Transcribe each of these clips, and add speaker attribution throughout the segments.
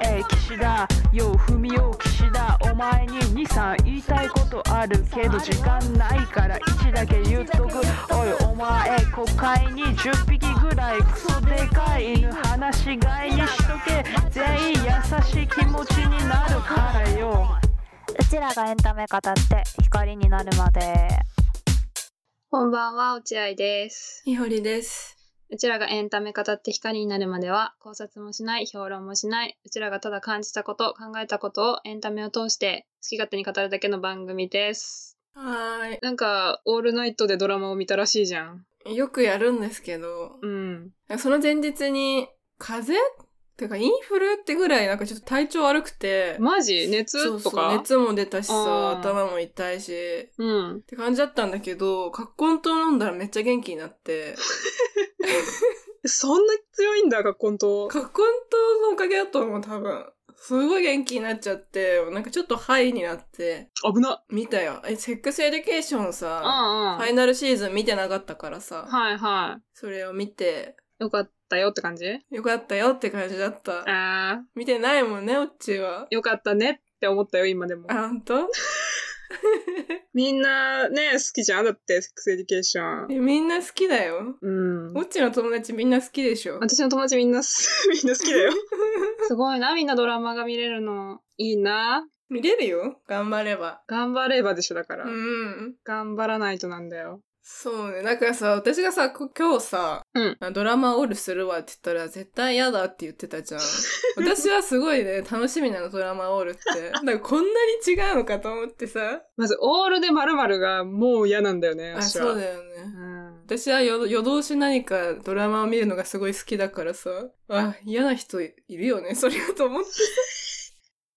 Speaker 1: 岸田よう踏みよう岸田お前に23言いたいことあるけど時間ないから1だけ言っとくおいお前国会に10匹ぐらいクソでかい犬放し飼いにしとけ全員優しい気持ちになるからよ
Speaker 2: うちらがエンタメ語って光になるまで
Speaker 3: こんばんは、落合です。
Speaker 4: いほりです。
Speaker 3: うちらがエンタメ語って光になるまでは、考察もしない、評論もしない、うちらがただ感じたこと、考えたことをエンタメを通して、好き勝手に語るだけの番組です。
Speaker 4: は
Speaker 3: なんか、オールナイトでドラマを見たらしいじゃん。
Speaker 4: ーい。よくやるんですけど、
Speaker 3: うん。
Speaker 4: その前日に、風邪ってかインフルってぐらいなんかちょっと体調悪くて、
Speaker 3: マジ熱
Speaker 4: そう
Speaker 3: と
Speaker 4: そう、
Speaker 3: か
Speaker 4: 熱も出たし
Speaker 3: あー
Speaker 4: さ、頭も痛いし、っ
Speaker 3: うん。
Speaker 4: て感じだったんだけど、カッコン糖飲んだらめっちゃ元気にな って、
Speaker 3: そんな強いんだ、学校んと。
Speaker 4: カッコン糖のおかげだと思う、多分。すごい元気になっちゃって、なんかちょっとハイになって、
Speaker 3: 危な。
Speaker 4: 見たよ。え、セックスエデュケーション
Speaker 3: う
Speaker 4: さ、
Speaker 3: んうん。
Speaker 4: フ
Speaker 3: は
Speaker 4: ァイ
Speaker 3: い
Speaker 4: ナルシーズン見てなかったからさ、
Speaker 3: は
Speaker 4: それを見て、
Speaker 3: い。よかったよって感じ
Speaker 4: よかったよって感じだった。
Speaker 3: あ
Speaker 4: 見てないもんね、オッチーは
Speaker 3: ー、。よかったねって思ったよ、今でも
Speaker 4: あ、。ほんと
Speaker 3: みんなね、好きじゃんだって、セックスエディケーション。
Speaker 4: えみんな好きだよ。
Speaker 3: うん
Speaker 4: オ。ッチーの友達みんな好きでしょ。
Speaker 3: 私の友達みんなす、 みんな好きだ よ。すごいな、みんなドラマが見れるの。いいな。
Speaker 4: 見れるよ、頑張れば。
Speaker 3: 頑張ればでしょ、だから。
Speaker 4: うん。
Speaker 3: 頑張らないとなんだよ。
Speaker 4: そうね。だからさ、私がさ、こ今日さ、
Speaker 3: うん
Speaker 4: あドラマオールするわって言ったら、絶対嫌だって言ってた じゃん。私はすごいね、楽しみなの、ドラマオー ルって。だからこんなに違うのかと思ってさ。
Speaker 3: まず、オールで〇〇がもう嫌なんだよね、
Speaker 4: あ、
Speaker 3: 私は
Speaker 4: そうだよね
Speaker 3: う。ん。
Speaker 4: 私は夜夜通し何かドラマを見るのがすごい好きだからさ、あ、嫌な人いるよね、 それはと思って。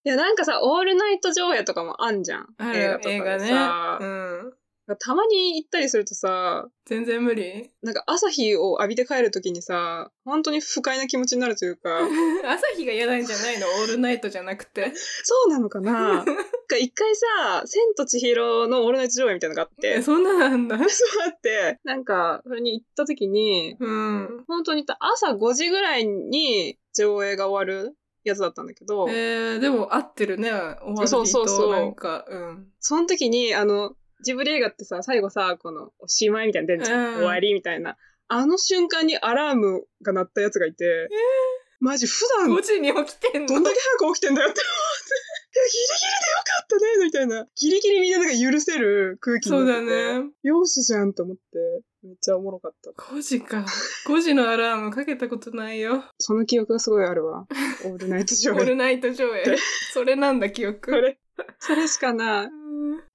Speaker 3: いや、なんかさ、オールナイト上映とかもあんじゃん。
Speaker 4: あ
Speaker 3: 映画
Speaker 4: る
Speaker 3: とか
Speaker 4: 映
Speaker 3: で
Speaker 4: 画ね。
Speaker 3: さ、
Speaker 4: うん。
Speaker 3: たまに行ったりするとさ、
Speaker 4: 全然無理。
Speaker 3: なんか朝日を浴びて帰るときにさ、本当に不快な気持ちになるという か、
Speaker 4: 朝日が嫌なんじゃないのオールナイトじゃなくて。
Speaker 3: そうなのかななんか一回さ、千と千尋のオールナイト上映みたいなのがあっ
Speaker 4: え、
Speaker 3: て、
Speaker 4: そんななんだ。
Speaker 3: そうあって、なんか、それに行った時に、
Speaker 4: うん。
Speaker 3: 本当に朝5時ぐらいに上映が終わるやつだったんだけど
Speaker 4: え、ー、でも合ってるね。おはぎ
Speaker 3: そうそうそ
Speaker 4: と
Speaker 3: う
Speaker 4: なんか、うん。
Speaker 3: その時に、あの、ジブリ映画ってさ、最後さ、この、おしまいみたいなの出るじゃん
Speaker 4: うん
Speaker 3: 終わりみたいな。あの瞬間にアラームが鳴ったやつがいて、マジ普段
Speaker 4: 5時に起きてんの
Speaker 3: どんだけ早く起きてんだよって思って。ギリギリでよかったねみたいな。ギリギリみんななんか許せる空気
Speaker 4: そう
Speaker 3: になっ
Speaker 4: だ
Speaker 3: てて。
Speaker 4: ね。
Speaker 3: 容姿じゃんと思って、めっちゃおもろかった。
Speaker 4: 5時か。5時のアラームかけたことないよ。
Speaker 3: その記憶がすごいある わ。オールナイト
Speaker 4: オ
Speaker 3: 上
Speaker 4: ー
Speaker 3: 映。
Speaker 4: ルナイト上映。それなんだ、記
Speaker 3: そ
Speaker 4: 憶。
Speaker 3: れ、それしかない。
Speaker 4: うん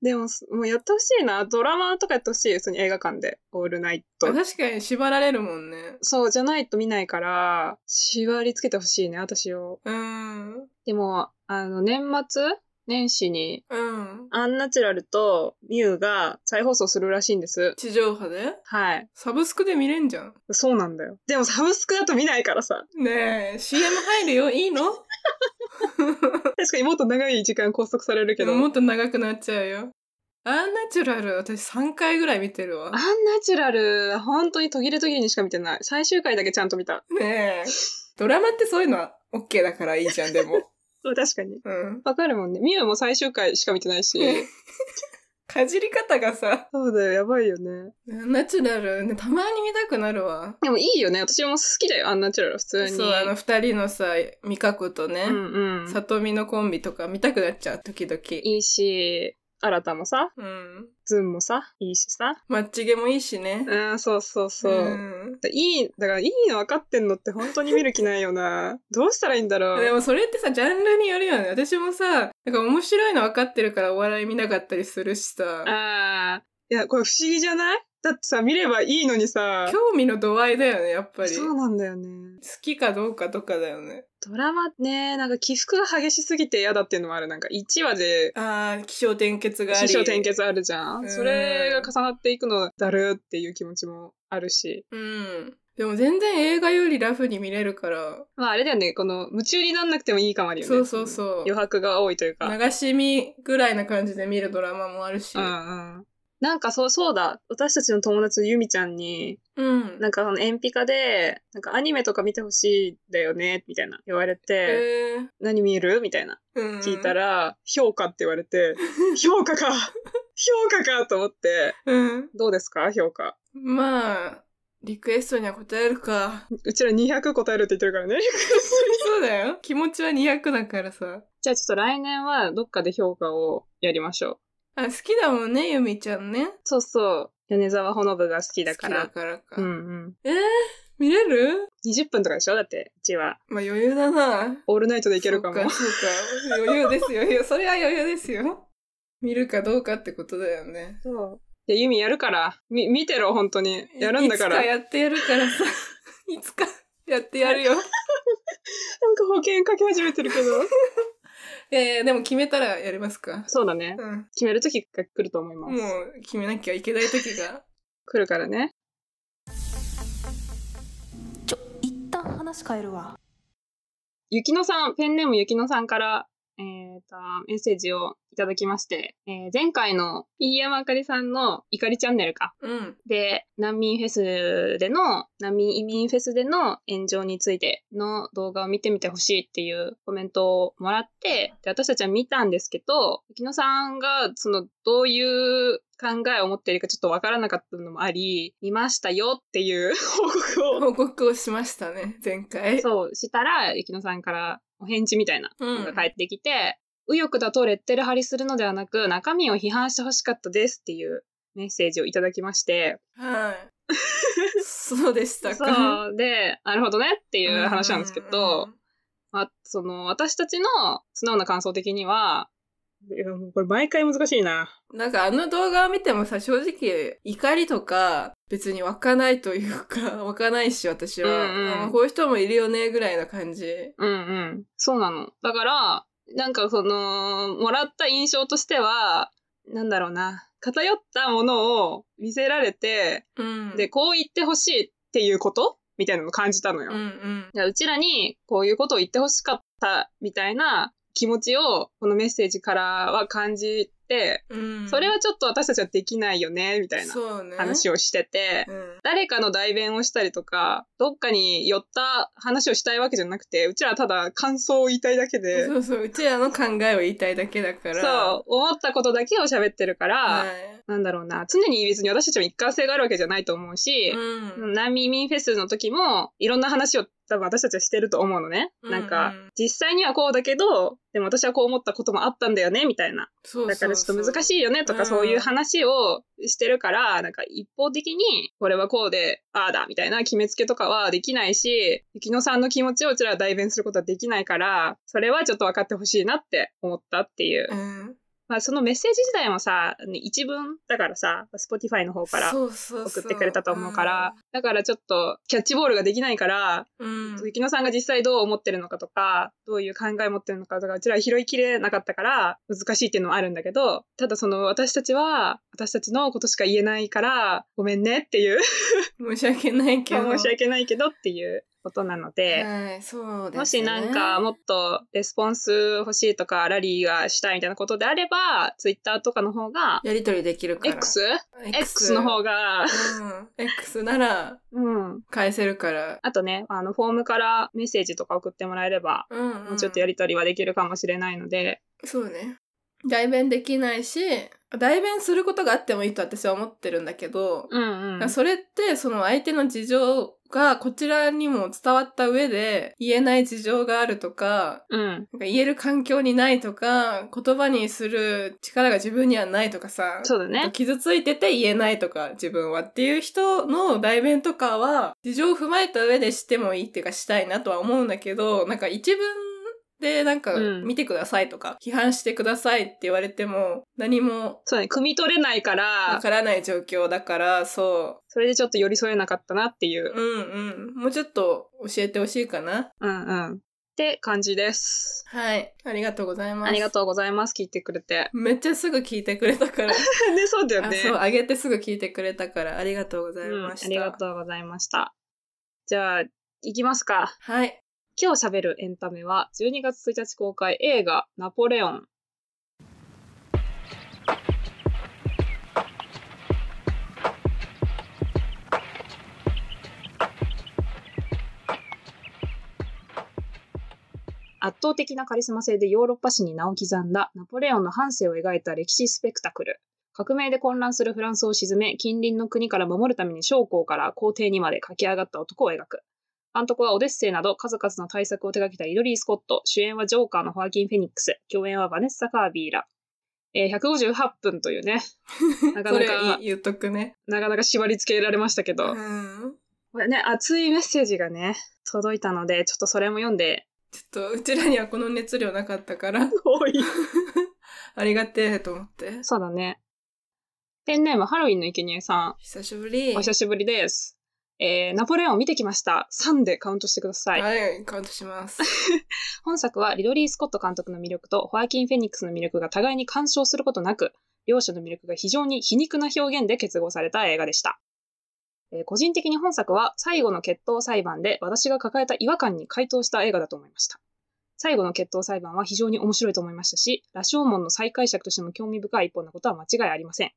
Speaker 3: でもす、もうやってほしいな。ドラマとかやってほしい。普通に映画館で。オールナイト
Speaker 4: あ。確かに縛られるもんね。
Speaker 3: そう、じゃないと見ないから、縛り付けてほしいね、私を。
Speaker 4: うん。
Speaker 3: でも、あの、年末年始に、
Speaker 4: うん。
Speaker 3: アンナチュラルとミュウが再放送するらしいんです。
Speaker 4: 地上波で
Speaker 3: はい。
Speaker 4: サブスクで見れんじゃん。
Speaker 3: そうなんだよ。でもサブスクだと見ないからさ。
Speaker 4: ねえ、CM 入るよ、いいの
Speaker 3: 確かにもっと長い時間拘束されるけ
Speaker 4: で
Speaker 3: ど。
Speaker 4: もも
Speaker 3: ア
Speaker 4: っと長くなっちゃうよ。アンナチュラル、私3回ぐらい見てるわ
Speaker 3: ン。ナチュラルは本当に途切れ途切れにしか見てない。最終回だけちゃんと見た。
Speaker 4: ねえ。ドラマってそういうのは OK だからいいじゃん、でも。
Speaker 3: そう、確かに。
Speaker 4: うん。
Speaker 3: わかるもんね。ミュウも最終回しか見てないし。
Speaker 4: かじり方がさ、
Speaker 3: そうだよ、やばいよね。
Speaker 4: アンナチュラル、ね、たまに見たくなるわ。
Speaker 3: でもいいよね。私も好きだよ、アンナチュラル、普通に。
Speaker 4: そう、あの二人のさ、美香子とね、
Speaker 3: うんうん。
Speaker 4: 里美のコンビとか見たくなっちゃう、時々。
Speaker 3: いいし、新たもさ、
Speaker 4: うん。
Speaker 3: ズンもさ、いいしさ。
Speaker 4: マッチゲもいいしね。
Speaker 3: うん、そうそうそう。
Speaker 4: うん
Speaker 3: いい、だからいいの分かってんのって本当に見る気ないよ な。どうしたらいいんだろ
Speaker 4: で
Speaker 3: う。
Speaker 4: もそれってさ、ジャンルによるよね。私もさ、なんか面白いの分かってるからお笑い見なかったりするしさ、
Speaker 3: ああ。いや、これ不思議じゃないだってさ、見ればいいのにさ。
Speaker 4: 興味の度合いだよね、やっぱり。
Speaker 3: そう
Speaker 4: 好
Speaker 3: なんだよね。
Speaker 4: きかどうかとかだよね。
Speaker 3: ドラマね、なんか起伏が激しすぎて嫌だっていうのもある。なんか1話で、
Speaker 4: ああ、気象転結があり。
Speaker 3: 師匠転。結あるじゃ。
Speaker 4: うんん
Speaker 3: それが重なっていくのだるっていう気持ちもあるし。
Speaker 4: うん。でも全然映画よりラフに見れるから、
Speaker 3: まああれだよね、この夢中になんなくてもいいかもあるよね。
Speaker 4: そうそうそう
Speaker 3: 余白が多いというか。
Speaker 4: 流し見ぐらいな感じで見るドラマもあるし、
Speaker 3: うんうん。なんかそう、そうだ。私たちの友達のゆみちゃんに、
Speaker 4: うん
Speaker 3: なんかあの、鉛筆家で、なんかアニメとか見てほしいんだよね、みたいな言われて、
Speaker 4: えー
Speaker 3: 何見るみたいな。
Speaker 4: うん
Speaker 3: 聞いたら、評価って言われて、評価 か評価かと思って、
Speaker 4: うん
Speaker 3: どうですか評価。
Speaker 4: まあリクエストには答えるか
Speaker 3: うちら200答えるって言ってるからね。
Speaker 4: そうだよ気持ちは200だからさ
Speaker 3: じゃあちょっと来年はどっかで評価をやりましょう。
Speaker 4: あ好きだもんねゆみちゃんね
Speaker 3: そうそう。米沢ほのぶが好きだから。
Speaker 4: 好きだからか、
Speaker 3: うんうん。
Speaker 4: えー、見れる
Speaker 3: 20分とかでしょだって、うちは。
Speaker 4: まあ余裕だな
Speaker 3: オールナイトでいけるかも。
Speaker 4: そうかそうか余裕ですよ余裕それは余裕ですよ見るかどうかってことだよね
Speaker 3: そう。で、ユミやるから。み、見てろ、本当に。やるんだから。
Speaker 4: いつか
Speaker 3: なんか
Speaker 4: やってやるか らさいつかやってやるよ
Speaker 3: 保険かけ始めてるけど。
Speaker 4: いやいやでも決めたらやりますか
Speaker 3: そうだね。
Speaker 4: うん
Speaker 3: 決める時が来ると思います。
Speaker 4: もう決めなきゃいけない時が
Speaker 3: 来るからね。
Speaker 2: ちょ一旦話変えるわ
Speaker 3: ゆきのさん、ペンネームゆきのさんから、えーと、メッセージをいただきまして、えー前回の飯山あかりさんのいかりチャンネルか。
Speaker 4: うん
Speaker 3: で、難民フェスでの、難民移民フェスでの炎上についての動画を見てみてほしいっていうコメントをもらって、で、私たちは見たんですけど、木野さんが、その、どういう考えを持っているかちょっとわからなかったのもあり、見ましたよっていう報告を、
Speaker 4: 報告をしましたね前回
Speaker 3: そうしたら、木野さんからお返事みたいな
Speaker 4: うん
Speaker 3: のが返ってきて、右翼だとレッテル貼りするのではなく、中身を批判してほしかったですっていうメッセージをいただきまして、
Speaker 4: はい そうでしたか
Speaker 3: そうで、なるほどねっていう話なんですけど、まあ、その私たちの素直な感想的には、いやもうこれ毎回難しいな。
Speaker 4: なんかあの動画を見てもさ、正直怒りとか別に湧かないというか、 湧かないし私は、
Speaker 3: うんうん
Speaker 4: あまあこういう人もいるよねぐらいな感じ。
Speaker 3: うんうん。そうなの。だから、なんかその、もらった印象としては、なんだろうな。偏ったものを見せられて、
Speaker 4: うん。
Speaker 3: で、こう言ってほしいっていうことみたいなのを感じたのよ。
Speaker 4: うんうん。
Speaker 3: だからうちらにこういうことを言ってほしかったみたいな気持ちを、このメッセージからは感じて、
Speaker 4: うん、
Speaker 3: それはちょっと私たちはできないよね、みたいな
Speaker 4: そうね、
Speaker 3: 話をしてて、
Speaker 4: うん、
Speaker 3: 誰かの代弁をしたりとか、どっかに寄った話をしたいわけじゃなくて、うちらはただ感想を言いたいだけで、
Speaker 4: そうそう、うちらの考えを言いたいだけだから。
Speaker 3: そう、思ったことだけを喋ってるから、
Speaker 4: は
Speaker 3: なんだろうな、常に別に私たちも一貫性があるわけじゃないと思う
Speaker 4: い。
Speaker 3: し、
Speaker 4: うん。
Speaker 3: 難民移民フェスの時もいろんな話を多分私たちはしてると思うのね。
Speaker 4: うん
Speaker 3: なんか実際にはこうだけど、でも私はこう思ったこともあったんだよねみたいな。
Speaker 4: そうそうそう
Speaker 3: だからちょっと難
Speaker 4: い。
Speaker 3: しいよねとか
Speaker 4: そうそう
Speaker 3: そういう話をしてるから、なんか一方的にこれはこうで、ああだみたいな決めつけとかはできないし、雪乃さんの気持ちをうちらは代弁することはできないから、それはちょっと分かってほしいなって思ったっていう
Speaker 4: う。ん。
Speaker 3: まあそのメッセージ自体もさ、あの一文だからさ、Spotify の方から
Speaker 4: そうそう
Speaker 3: 送
Speaker 4: そう
Speaker 3: ってくれたと思うから、だからちょっとキャッチボールができないから、
Speaker 4: うん。うん
Speaker 3: 雪乃さんが実際どう思ってるのかとか、どういう考え持ってるのかとか、うちらは拾いきれなかったから、難しいっていうのはあるんだけど、ただその私たちは、私たちのことしか言えないから、ごめんねっていう、
Speaker 4: 申し訳ないけど。
Speaker 3: 申し訳ないけどっていうことなので、
Speaker 4: はい、そうです、ね。
Speaker 3: もしなんかもっとレスポンス欲しいとか、ラリーがしたいみたいなことであれば、ツイッターとかの方が、
Speaker 4: やりとりできるから。
Speaker 3: X?X
Speaker 4: X
Speaker 3: の方が、
Speaker 4: うん。X なら
Speaker 3: うん、
Speaker 4: 返せるから。
Speaker 3: あとね、あの、フォームからメッセージとか送ってもらえれば、
Speaker 4: うん、
Speaker 3: もうちょっとやりとりはできるかもしれないので、
Speaker 4: そうね。代弁できないし、代弁することがあってもいいと私は思ってるんだけど、
Speaker 3: うんうん。
Speaker 4: それってその相手の事情がこちらにも伝わった上で言えない事情があるとか、
Speaker 3: うん。
Speaker 4: なんか言える環境にないとか、言葉にする力が自分にはないとかさ、
Speaker 3: そうだね。
Speaker 4: 傷ついてて言えないとか自分はっていう人の代弁とかは事情を踏まえた上でしてもいいっていうかしたいなとは思うんだけどなんか一文でなんか
Speaker 3: うん
Speaker 4: 見てくださいとか、批判してくださいって言われても何も
Speaker 3: そうね、汲み取れないか
Speaker 4: わ
Speaker 3: ら、
Speaker 4: からない状況だからそ
Speaker 3: それでちょっと寄り添えなかったなっていう
Speaker 4: う、うんうんもうちょっと教えてほしいかな
Speaker 3: うんうん。って感じです。
Speaker 4: はいありがとうございます
Speaker 3: ありがとうございます。聞いてくれて。
Speaker 4: めっちゃすぐ聞いてくれたから、
Speaker 3: ね、そうだよ
Speaker 4: あ
Speaker 3: ね。
Speaker 4: そうあげてすぐ聞いてくれたからありがとうござい
Speaker 3: うん、あ
Speaker 4: ました、
Speaker 3: りがとうございました。じゃあ、いきますか。
Speaker 4: はい
Speaker 3: 今日喋るエンタメは、12月1日公開映画、ナポレオン。圧倒的なカリスマ性でヨーロッパ史に名を刻んだナポレオンの半生を描いた歴史スペクタクル。革命で混乱するフランスを沈め、近隣の国から守るために将校から皇帝にまで駆け上がった男を描く。監督はオデッセイなど数々の大作を手掛けたイドリー・スコット、主演はジョーカーのホアキン・フェニックス、共演はバネッサ・カービーら。えー158分という ね、なか
Speaker 4: そ
Speaker 3: な
Speaker 4: れ
Speaker 3: か
Speaker 4: い、言っとくね。
Speaker 3: なかなか縛り付けられましたけ
Speaker 4: う
Speaker 3: ど、
Speaker 4: ん。
Speaker 3: これね、熱いメッセージがね、届いたので、ちょっとそれも読んで、
Speaker 4: ちょっと、うちらにはこの熱量なかったから、
Speaker 3: おい。
Speaker 4: ありがてえと思って。
Speaker 3: そうだね。ペンネームハロウィンの生贄さ
Speaker 4: 久しぶり。
Speaker 3: ん、お久しぶりです。えーナポレオン見てきました。3でカウントしてください。
Speaker 4: はい、カウント します。
Speaker 3: 本作はリドリー・スコット監督の魅力とホアキン・フェニックスの魅力が互いに干渉することなく、両者の魅力が非常に皮肉な表現で結合された映画でした。えー個人的に本作は最後の決闘裁判で私が抱えた違和感に回答した映画だと思いました。最後の決闘裁判は非常に面白いと思いましたし、羅生門の再解釈としても興味深い一本なことは間違いありません。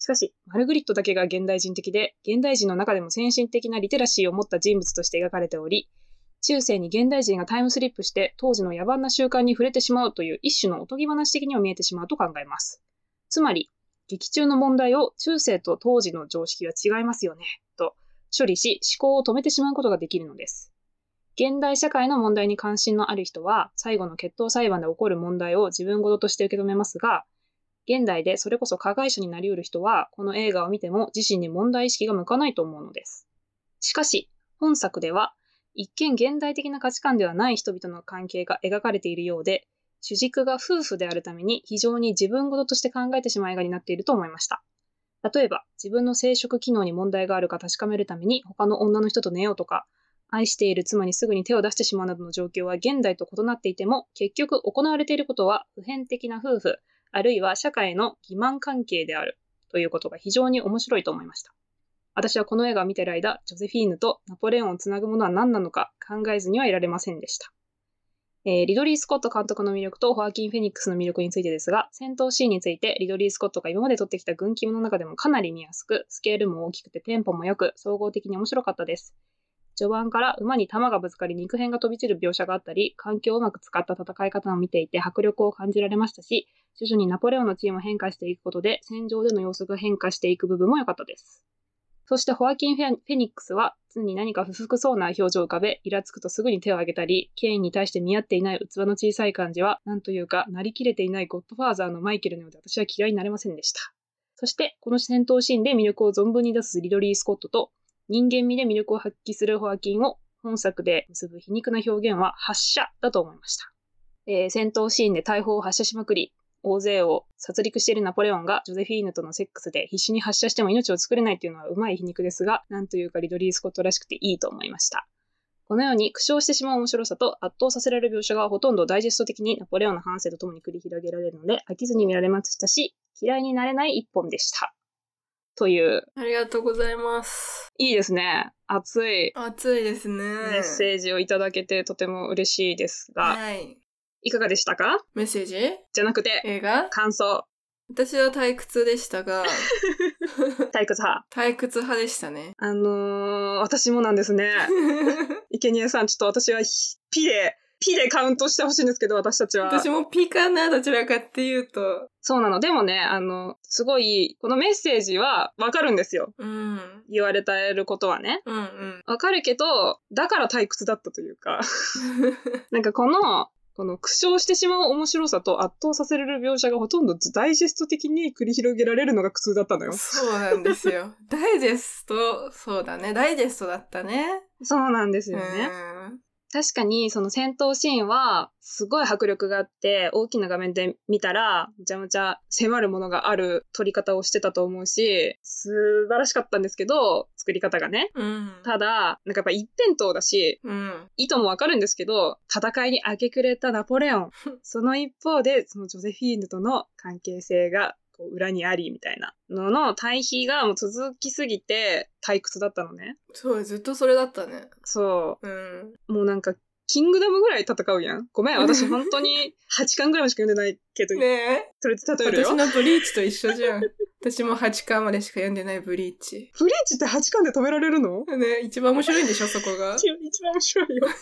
Speaker 3: しかし、マルグリットだけが現代人的で、現代人の中でも先進的なリテラシーを持った人物として描かれており、中世に現代人がタイムスリップして当時の野蛮な習慣に触れてしまうという一種のおとぎ話的にも見えてしまうと考えます。つまり、劇中の問題を中世と当時の常識は違いますよね、と処理し思考を止めてしまうことができるのです。現代社会の問題に関心のある人は、最後の決闘裁判で起こる問題を自分事として受け止めますが、現代でそれこそ加害者になりうる人は、この映画を見ても自身に問題意識が向かないと思うのです。しかし、本作では、一見現代的な価値観ではない人々の関係が描かれているようで、主軸が夫婦であるために非常に自分事として考えてしまう映画になっていると思いました。例えば、自分の生殖機能に問題があるか確かめるために他の女の人と寝ようとか、愛している妻にすぐに手を出してしまうなどの状況は現代と異なっていても、結局行われていることは普遍的な夫婦、あるいは社会の欺瞞関係であるということが非常に面白いと思いました。私はこの映画を見ている間、ジョゼフィーヌとナポレオンをつなぐものは何なのか考えずにはいられませんでした。えーリドリー・スコット監督の魅力とホアキン・フェニックスの魅力についてですが、戦闘シーンについてリドリー・スコットが今まで撮ってきた軍記もの中でもかなり見やすく、スケールも大きくてテンポも良く、総合的に面白かったです。序盤から馬に弾がぶつかり肉片が飛び散る描写があったり、環境をうまく使った戦い方を見ていて迫力を感じられましたし、徐々にナポレオンのチームを変化していくことで、戦場での様子が変化していく部分も良かったです。そしてホアキン・フェフェニックスは常に何か不服そうな表情を浮かべ、イラつくとすぐに手を挙げたり、権威に対して見合っていない器の小さい感じは、なんというか、なりきれていないゴッドファーザーのマイケルのようで私は嫌いになれませんでした。そして、この戦闘シーンで魅力を存分に出すリドリー・スコットと、人間味で魅力を発揮するホアキンを本作で結ぶ皮肉な表現は発射だと思いました。えー戦闘シーンで大砲を発射しまくり、大勢を殺戮しているナポレオンがジョゼフィーヌとのセックスで必死に発射しても命を作れないというのはうまい皮肉ですが、なんというかリドリー・スコットらしくていいと思いました。このように苦笑してしまう面白さと圧倒させられる描写がほとんどダイジェスト的にナポレオンの反省とともに繰り広げられるので飽きずに見られましたし、嫌いになれない一本でした。という、
Speaker 4: ありがとうございます。
Speaker 3: いいですね。熱い
Speaker 4: 暑いですね。
Speaker 3: メッセージをいただけてとても嬉しいですが、
Speaker 4: はい。
Speaker 3: いかがでしたか
Speaker 4: メッセージ
Speaker 3: じゃなくて、
Speaker 4: 映画
Speaker 3: 感想、
Speaker 4: 私は退屈でし たが、
Speaker 3: 退屈派。
Speaker 4: 退屈派でしたね。
Speaker 3: あのー、私もなんですね。生贄さん、ちょっと私はひピで、ピでカウントしてほしいんですけど、私たちは。
Speaker 4: 私もピかな、どちらかっていうと。
Speaker 3: そうなの。でもね、あの、すごい、このメッセージはわかるんですよ。
Speaker 4: うん。
Speaker 3: 言われたることはね。
Speaker 4: うんうん。
Speaker 3: わかるけど、だから退屈だったという か。なんかこの、この苦笑してしまう面白さと圧倒させられる描写がほとんどダイジェスト的に繰り広げられるのが苦痛だったのよ。
Speaker 4: そうなんです よ。ダイジェスト、そうだね。ダイジェストだったね。
Speaker 3: そうなんです
Speaker 4: う
Speaker 3: よね。
Speaker 4: ん。
Speaker 3: 確かにその戦闘シーンはすごい迫力があって大きな画面で見たらむちゃむちゃ迫るものがある撮り方をしてたと思うし素晴らしかったんですけど作り方がね
Speaker 4: うん。
Speaker 3: ただなんかやっぱ一辺倒だし
Speaker 4: うん。
Speaker 3: 意図もわかるんですけど戦いに明け暮れたナポレオンその一方でそのジョゼフィーヌとの関係性がこう裏にありみたいなのの対比がもう続きすぎて退屈だったのね
Speaker 4: そう、ずっとそれだったね。
Speaker 3: そう
Speaker 4: うん。
Speaker 3: もうなんか、キングダムぐらい戦うやん。ごめん、私本当 に8巻ぐらいましか読んでないけど、
Speaker 4: ねえ。
Speaker 3: それで例えるよ。
Speaker 4: 私のブリーチと一緒じゃん。 私も8巻までしか読んでないブリーチ。
Speaker 3: フリーチって8巻で止められるの
Speaker 4: ね一番面白いんでしょ、そこが。
Speaker 3: 一番面白いよ。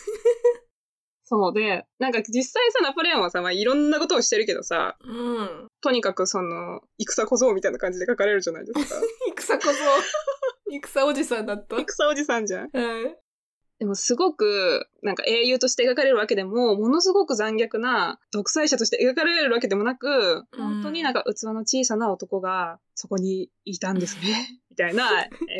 Speaker 3: そうで、なんか実際さ、ナポレオンはさ、まあ、いろんなことをしてるけどさ、
Speaker 4: うん。
Speaker 3: とにかくその、戦小僧みたいな感じで書かれるじゃない ですか。
Speaker 4: 戦こそ、戦おじさんだった。
Speaker 3: 戦おじさんじゃん。
Speaker 4: うん。
Speaker 3: でもすごく、なんか英雄として描かれるわけでも、ものすごく残虐な独裁者として描かれるわけでもなく、本当になんか器の小さな男がそこにいたんです ね。みたいな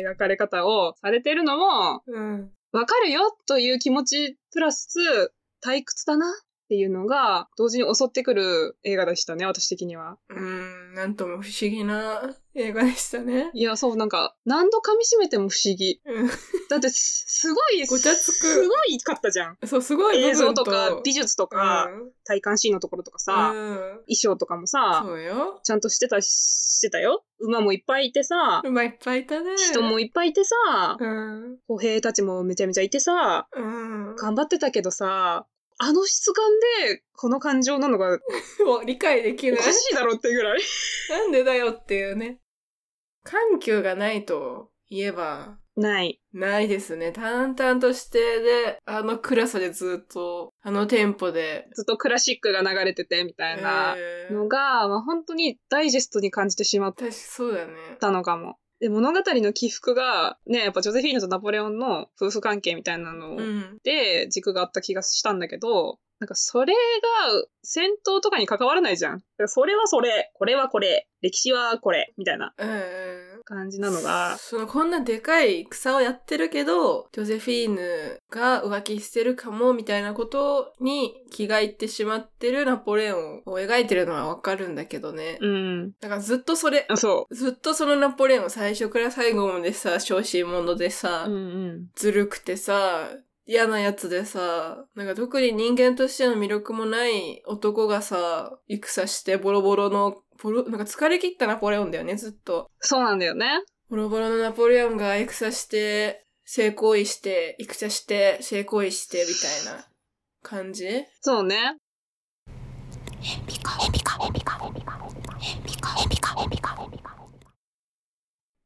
Speaker 3: 描かれ方をされてるのも、
Speaker 4: うん。
Speaker 3: わかるよという気持ちプラス退屈だなっていうのが同時に襲ってくる映画でしたね、私的には。
Speaker 4: うん、なんとも不思議な映画でしたね。
Speaker 3: いや、そう、なんか何度噛み締めても不思議。
Speaker 4: うん。
Speaker 3: だってす、すごい、
Speaker 4: ごちゃつく
Speaker 3: すごいかったじゃん。
Speaker 4: そう、すごい部
Speaker 3: 映
Speaker 4: 分
Speaker 3: 像
Speaker 4: と
Speaker 3: とか美術とか、
Speaker 4: うん
Speaker 3: 体感シーンのところとかさ、衣
Speaker 4: うん。
Speaker 3: 装とかもさ、
Speaker 4: そうよ。
Speaker 3: ちゃんとしてたし、してたよ。馬もいっぱいいてさ、
Speaker 4: 馬いっぱいいたね。
Speaker 3: 人もいっぱいいてさ、
Speaker 4: うん。
Speaker 3: 歩兵たちもめちゃめちゃいてさ、
Speaker 4: うん。
Speaker 3: 頑張ってたけどさ、あの質感でこの感情なのが
Speaker 4: を理解でき
Speaker 3: お
Speaker 4: ない。
Speaker 3: かしいだろってぐ らい。
Speaker 4: なんでだよっていうね。緩急がないと言えば、
Speaker 3: ない。
Speaker 4: ないですね。淡々として、で、あの暗さでずっと、あのテンポで。
Speaker 3: ずっとクラシックが流れててみたいな
Speaker 4: えー
Speaker 3: のが、まあ、本当にダイジェストに感じてしまっ
Speaker 4: 確かそうだね。
Speaker 3: たのかも。で、物語の起伏が、ね、やっぱジョゼフィーヌとナポレオンの夫婦関係みたいなのを
Speaker 4: うん。
Speaker 3: で軸があった気がしたんだけど、なんかそれが戦闘とかに関わらないじゃん。だからそれはそれ、これはこれ、歴史はこれ、みたいな
Speaker 4: うん。
Speaker 3: 感じなのが、
Speaker 4: そのこんなでかい草をやってるけど、ジョゼフィーヌが浮気してるかもみたいなことに気がいってしまってるナポレオンを描いてるのはわかるんだけどね。
Speaker 3: うん。
Speaker 4: だからずっとそれ、
Speaker 3: あ、そ
Speaker 4: ずっとそのナポレオン最初から最後までさ、小心者でさ、
Speaker 3: う。ん
Speaker 4: ずるくてさ、嫌なやつでさ、なんか特に人間としての魅力もない男がさ、戦してボロボロの、ボロ、なんか疲れ切ったナポレオンだよね、ずっと。
Speaker 3: そうなんだよね。
Speaker 4: ボロボロのナポレオンが戦して、性行為して、戦して、性行為して、みたいな感じ
Speaker 3: そうね。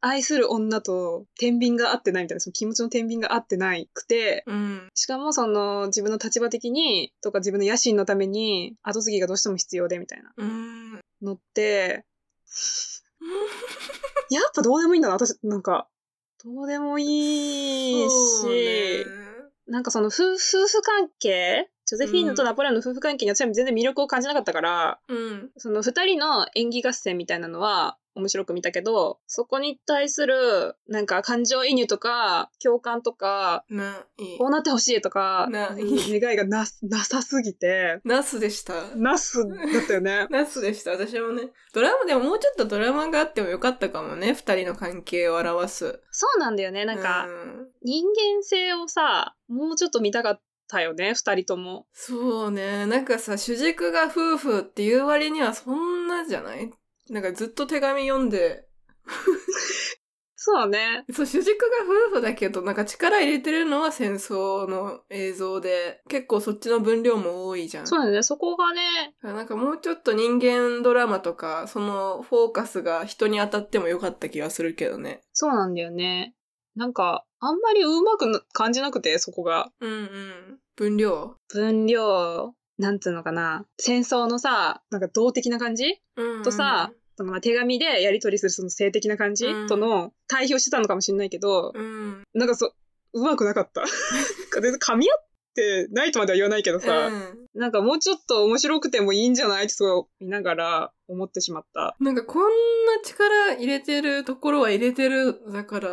Speaker 3: 愛する女と天秤が合ってないみたいな、その気持ちの天秤が合ってないくて、
Speaker 4: うん。
Speaker 3: しかもその自分の立場的に、とか自分の野心のために、後継ぎがどうしても必要で、みたいな
Speaker 4: うん。
Speaker 3: の って、やっぱどうでもいいんだな、私、なんか。どうでもいい
Speaker 4: そうね
Speaker 3: し、なんかその夫夫婦関係ジョゼフィーヌとナポレオンの夫婦関係に私は全然魅力を感じなかったから、
Speaker 4: うん。
Speaker 3: その二人の演技合戦みたいなのは面白く見たけど、そこに対するなんか感情移入とか共感とか、
Speaker 4: ない。
Speaker 3: こうなってほしいとか、
Speaker 4: な
Speaker 3: うん願いがな、なさすぎて、
Speaker 4: ナスでした。。
Speaker 3: なすだったよね
Speaker 4: ナスでした、私もね。ドラマ、でももうちょっとドラマがあってもよかったかもね、二人の関係を表す。
Speaker 3: そうなんだよね。なんか
Speaker 4: う、ん
Speaker 3: 人間性をさ、もうちょっと見たかったよね、二人とも。
Speaker 4: そうね、なんかさ、主軸が夫婦っていう割にはそんなじゃないなんかずっと手紙読んで、
Speaker 3: そうね。
Speaker 4: そう、主軸が夫婦だけど、なんか力入れてるのは戦争の映像で、結構そっちの分量も多いじゃん。
Speaker 3: そうだよね。そこがね、
Speaker 4: なんかもうちょっと人間ドラマとか、そのフォーカスが人に当たってもよかった気がするけどね。
Speaker 3: そうなんだよね。なんか、あんまりうまくな感じなくて、そこが。
Speaker 4: うんうん。分量
Speaker 3: 分量、なんつうのかな。戦争のさ、なんか動的な感じ
Speaker 4: うんうん
Speaker 3: とさ、そのまあ手紙でやり取りするその性的な感じ、
Speaker 4: うん
Speaker 3: との対比をしてたのかもしれないけど、
Speaker 4: うん。
Speaker 3: なんかそ、うまくなか った。全然噛み合ってないとまでは言わないけどさ、
Speaker 4: うん、
Speaker 3: なんかもうちょっと面白くてもいいんじゃないってすごい見ながら思ってしまった。
Speaker 4: なんかこんな力入れてるところは入れてるだから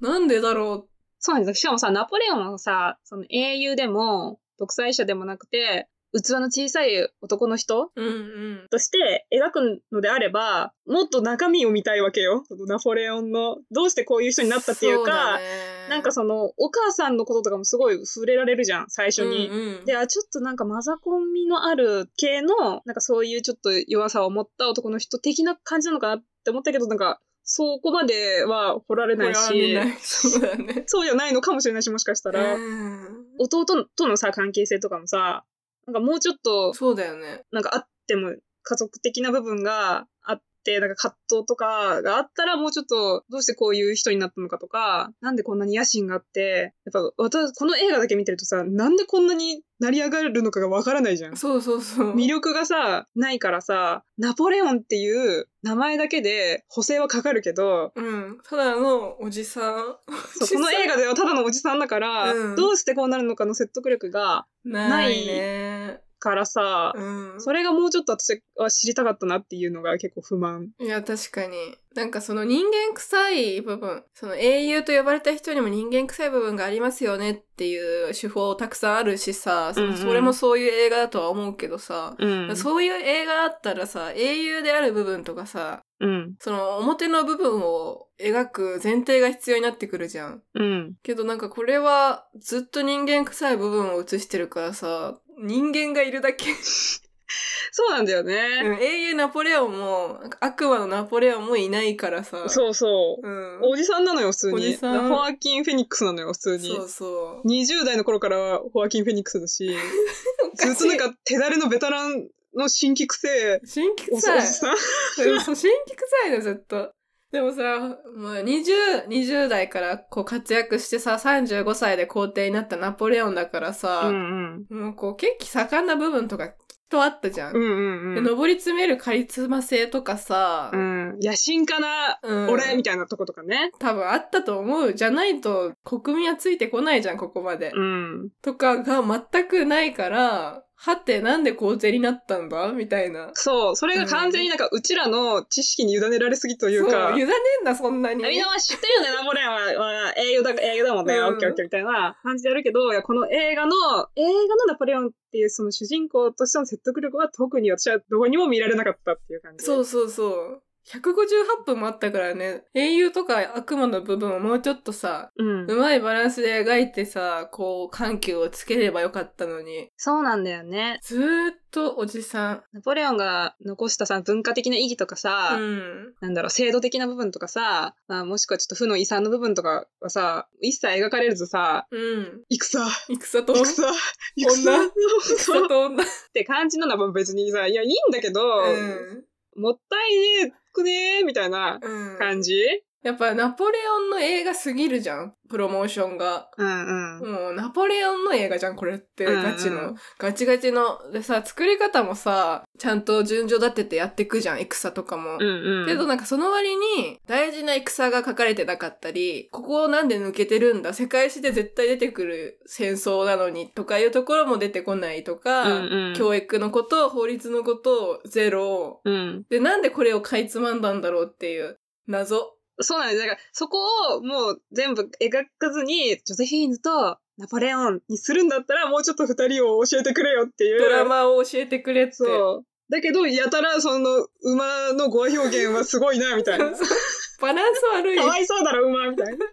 Speaker 4: なんでだろ
Speaker 3: そうなんです。しかもさ、ナポレオンはさ、その英雄でも、独裁者でもなくて、器の小さい男の人
Speaker 4: ううん
Speaker 3: として描くのであれば、もっと中身を見たいわけよ。そのナポレオンの、どうしてこういう人になったっていうか、なんかその、お母さんのこととかもすごい触れられるじゃん、最初に。
Speaker 4: うんうん、
Speaker 3: で、あ、ちょっとなんかマザコン味のある系の、なんかそういうちょっと弱さを持った男の人的な感じなのかなって思ったけど、なんか、そこまでは掘られない
Speaker 4: これ
Speaker 3: し
Speaker 4: は、見ない そうだね
Speaker 3: そうじゃないのかもしれないし、もしかしたら。
Speaker 4: うん
Speaker 3: 弟とのさ、関係性とかもさ、なんかもうちょっと、
Speaker 4: そうだよね
Speaker 3: なんかあっても、家族的な部分があっって、なんか葛藤とかがあったら、もうちょっと、どうしてこういう人になったのかとか、なんでこんなに野心があって、やっぱ、私、この映画だけ見てるとさ、なんでこんなに成り上がるのかがわからないじゃん。
Speaker 4: そうそうそう。
Speaker 3: 魅力がさ、ないからさ、ナポレオンっていう名前だけで補正はかかるけど、
Speaker 4: うん。ただのおじさん。
Speaker 3: そうこの映画ではただのおじさんだから、
Speaker 4: うん
Speaker 3: どうしてこうなるのかの説得力が、
Speaker 4: ないね。
Speaker 3: からさ、
Speaker 4: うん。
Speaker 3: それがもうちょっと私は知りたかったなっていうのが結構不満。
Speaker 4: いや、確かに。なんかその人間臭い部分、その英雄と呼ばれた人にも人間臭い部分がありますよねっていう手法たくさんあるしさ、そ
Speaker 3: うんうん
Speaker 4: それもそういう映画だとは思うけどさ、
Speaker 3: うん
Speaker 4: そういう映画だったらさ、英雄である部分とかさ、
Speaker 3: うん。
Speaker 4: その表の部分を描く前提が必要になってくるじゃん。
Speaker 3: うん。
Speaker 4: けどなんかこれはずっと人間臭い部分を映してるからさ、人間がいる だけ。
Speaker 3: そうなんだよね。
Speaker 4: うん英雄ナポレオンも、なんか悪魔のナポレオンもいないからさ。
Speaker 3: そうそう。
Speaker 4: うん。
Speaker 3: おじさんなのよ、普通に。
Speaker 4: おじさん
Speaker 3: ホアキン・フェニックスなのよ、普通に。
Speaker 4: そうそう。
Speaker 3: 20代の頃からホアキン・フェニックスだ し、ずっとなんか手だれのベテランの新規癖、
Speaker 4: 新規
Speaker 3: お
Speaker 4: 臭い。
Speaker 3: さん。
Speaker 4: うんそう新規臭いの、ずっと。でもさ、まあ、20、20代からこう活躍してさ、35歳で皇帝になったナポレオンだから
Speaker 3: う
Speaker 4: さ、
Speaker 3: んうん。
Speaker 4: もうこう、血気盛んな部分とかきっとあったじゃん。
Speaker 3: うんうんう
Speaker 4: で
Speaker 3: ん。
Speaker 4: 上り詰めるカリスマ性とかさ、
Speaker 3: うん。野心家な、
Speaker 4: うん
Speaker 3: 俺みたいなとことかね。
Speaker 4: 多分あったと思う。じゃないと国民はついてこないじゃん、ここまで。
Speaker 3: うん。
Speaker 4: とかが全くないから、はてなんで皇帝になったんだみたいな。
Speaker 3: そう、それが完全になんかうちらの知識に委ねられすぎというか
Speaker 4: そ、委ねんな、そんなに。
Speaker 3: みんなは知ってるよね、ナポレオンは、は栄養だ、栄養だもんね、
Speaker 4: うん
Speaker 3: オッケーオッケーみたいな感じでやるけど、いや、この映画の、映画のナポレオンっていうその主人公としての説得力は特に私はどこにも見られなかったっていう感じ。。
Speaker 4: そううそうそう。158分もあったからね、英雄とか悪魔の部分をもうちょっとさ、
Speaker 3: うん
Speaker 4: う。まいバランスで描いてさ、こう、緩急をつければよかったのに、
Speaker 3: そうなんだよね。
Speaker 4: ずーっとおじさん。
Speaker 3: ナポレオンが残したさ、文化的な意義とかさ、
Speaker 4: うん。
Speaker 3: なんだろう、制度的な部分とかさ、まあ、もしくはちょっと負の遺産の部分とかはさ、一切描かれるとさ、
Speaker 4: うん。
Speaker 3: 戦、
Speaker 4: 戦と、
Speaker 3: 戦、戦、
Speaker 4: 戦
Speaker 3: 戦っ
Speaker 4: と女。
Speaker 3: て感じのな、別にさ、いや、いいんだけど、
Speaker 4: うん。
Speaker 3: もったいねえくねえ、みたいな
Speaker 4: うん。
Speaker 3: 感じ、
Speaker 4: やっぱナポレオンの映画すぎるじゃんプロモーションが。
Speaker 3: うん、うん。
Speaker 4: もうナポレオンの映画じゃんこれって
Speaker 3: うんうん
Speaker 4: ガチの、ガチガチのでさ作り方もさちゃんと順序立ててやってくじゃん戦とか
Speaker 3: う
Speaker 4: も、
Speaker 3: ん、うん。
Speaker 4: けどなんかその割に大事な戦が書かれてなかったりここをなんで抜けてるんだ世界史で絶対出てくる戦争なのにとかいうところも出てこないとか、
Speaker 3: うんうん
Speaker 4: 教育のこと法律のことゼロ
Speaker 3: うん。
Speaker 4: でなんでこれをかいつまんだんだろうっていう謎
Speaker 3: そうなんです。だから、そこをもう全部描かずに、ジョセフィーヌとナポレオンにするんだったら、もうちょっと二人を教えてくれよっていう。
Speaker 4: ドラマを教えてくれって。
Speaker 3: そう。だけど、やたら、その、馬の語表現はすごいな、みたいな。 か
Speaker 4: バランス悪い。
Speaker 3: わいそうだろ、馬、みたいな。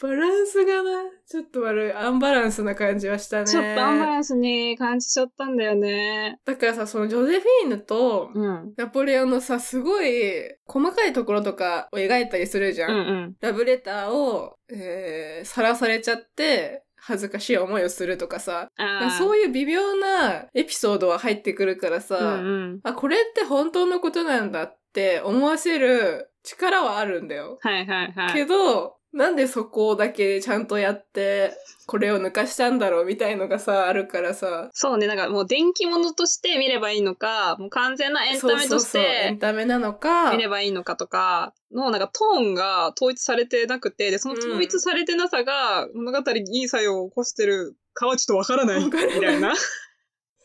Speaker 4: バランスがな、ちょっと悪い。アンバランスな感じはした ね。
Speaker 3: ちょっとアンバランスに感じちゃったんだよね。
Speaker 4: だからさ、そのジョゼフィーヌと、
Speaker 3: うん。
Speaker 4: ナポレオンのさ、すごい細かいところとかを描いたりするじゃ。
Speaker 3: うんん
Speaker 4: ラブレターを、えー、さらされちゃって、恥ずかしい思いをするとかさ。
Speaker 3: うん。あ
Speaker 4: だからそういう微妙なエピソードは入ってくるからさ、
Speaker 3: うんうん。
Speaker 4: あ、これって本当のことなんだって思わせる力はあるんだよ。
Speaker 3: はいはいはい。
Speaker 4: けど、なんでそこだけちゃんとやって、これを抜かしたんだろうみたいのがさ、あるからさ。
Speaker 3: そうね、なんかもう電気物として見ればいいのか、もう完全なエンタメ
Speaker 4: そう
Speaker 3: と
Speaker 4: そう
Speaker 3: し
Speaker 4: そうエン
Speaker 3: て
Speaker 4: タメなのか
Speaker 3: 見、ればいいのかとか、のなんかトーンが統一されてなくて、で、その統一されてなさが物語にいい作用を起こしてるかはちょっとわからない
Speaker 4: わ
Speaker 3: み
Speaker 4: からない
Speaker 3: たい な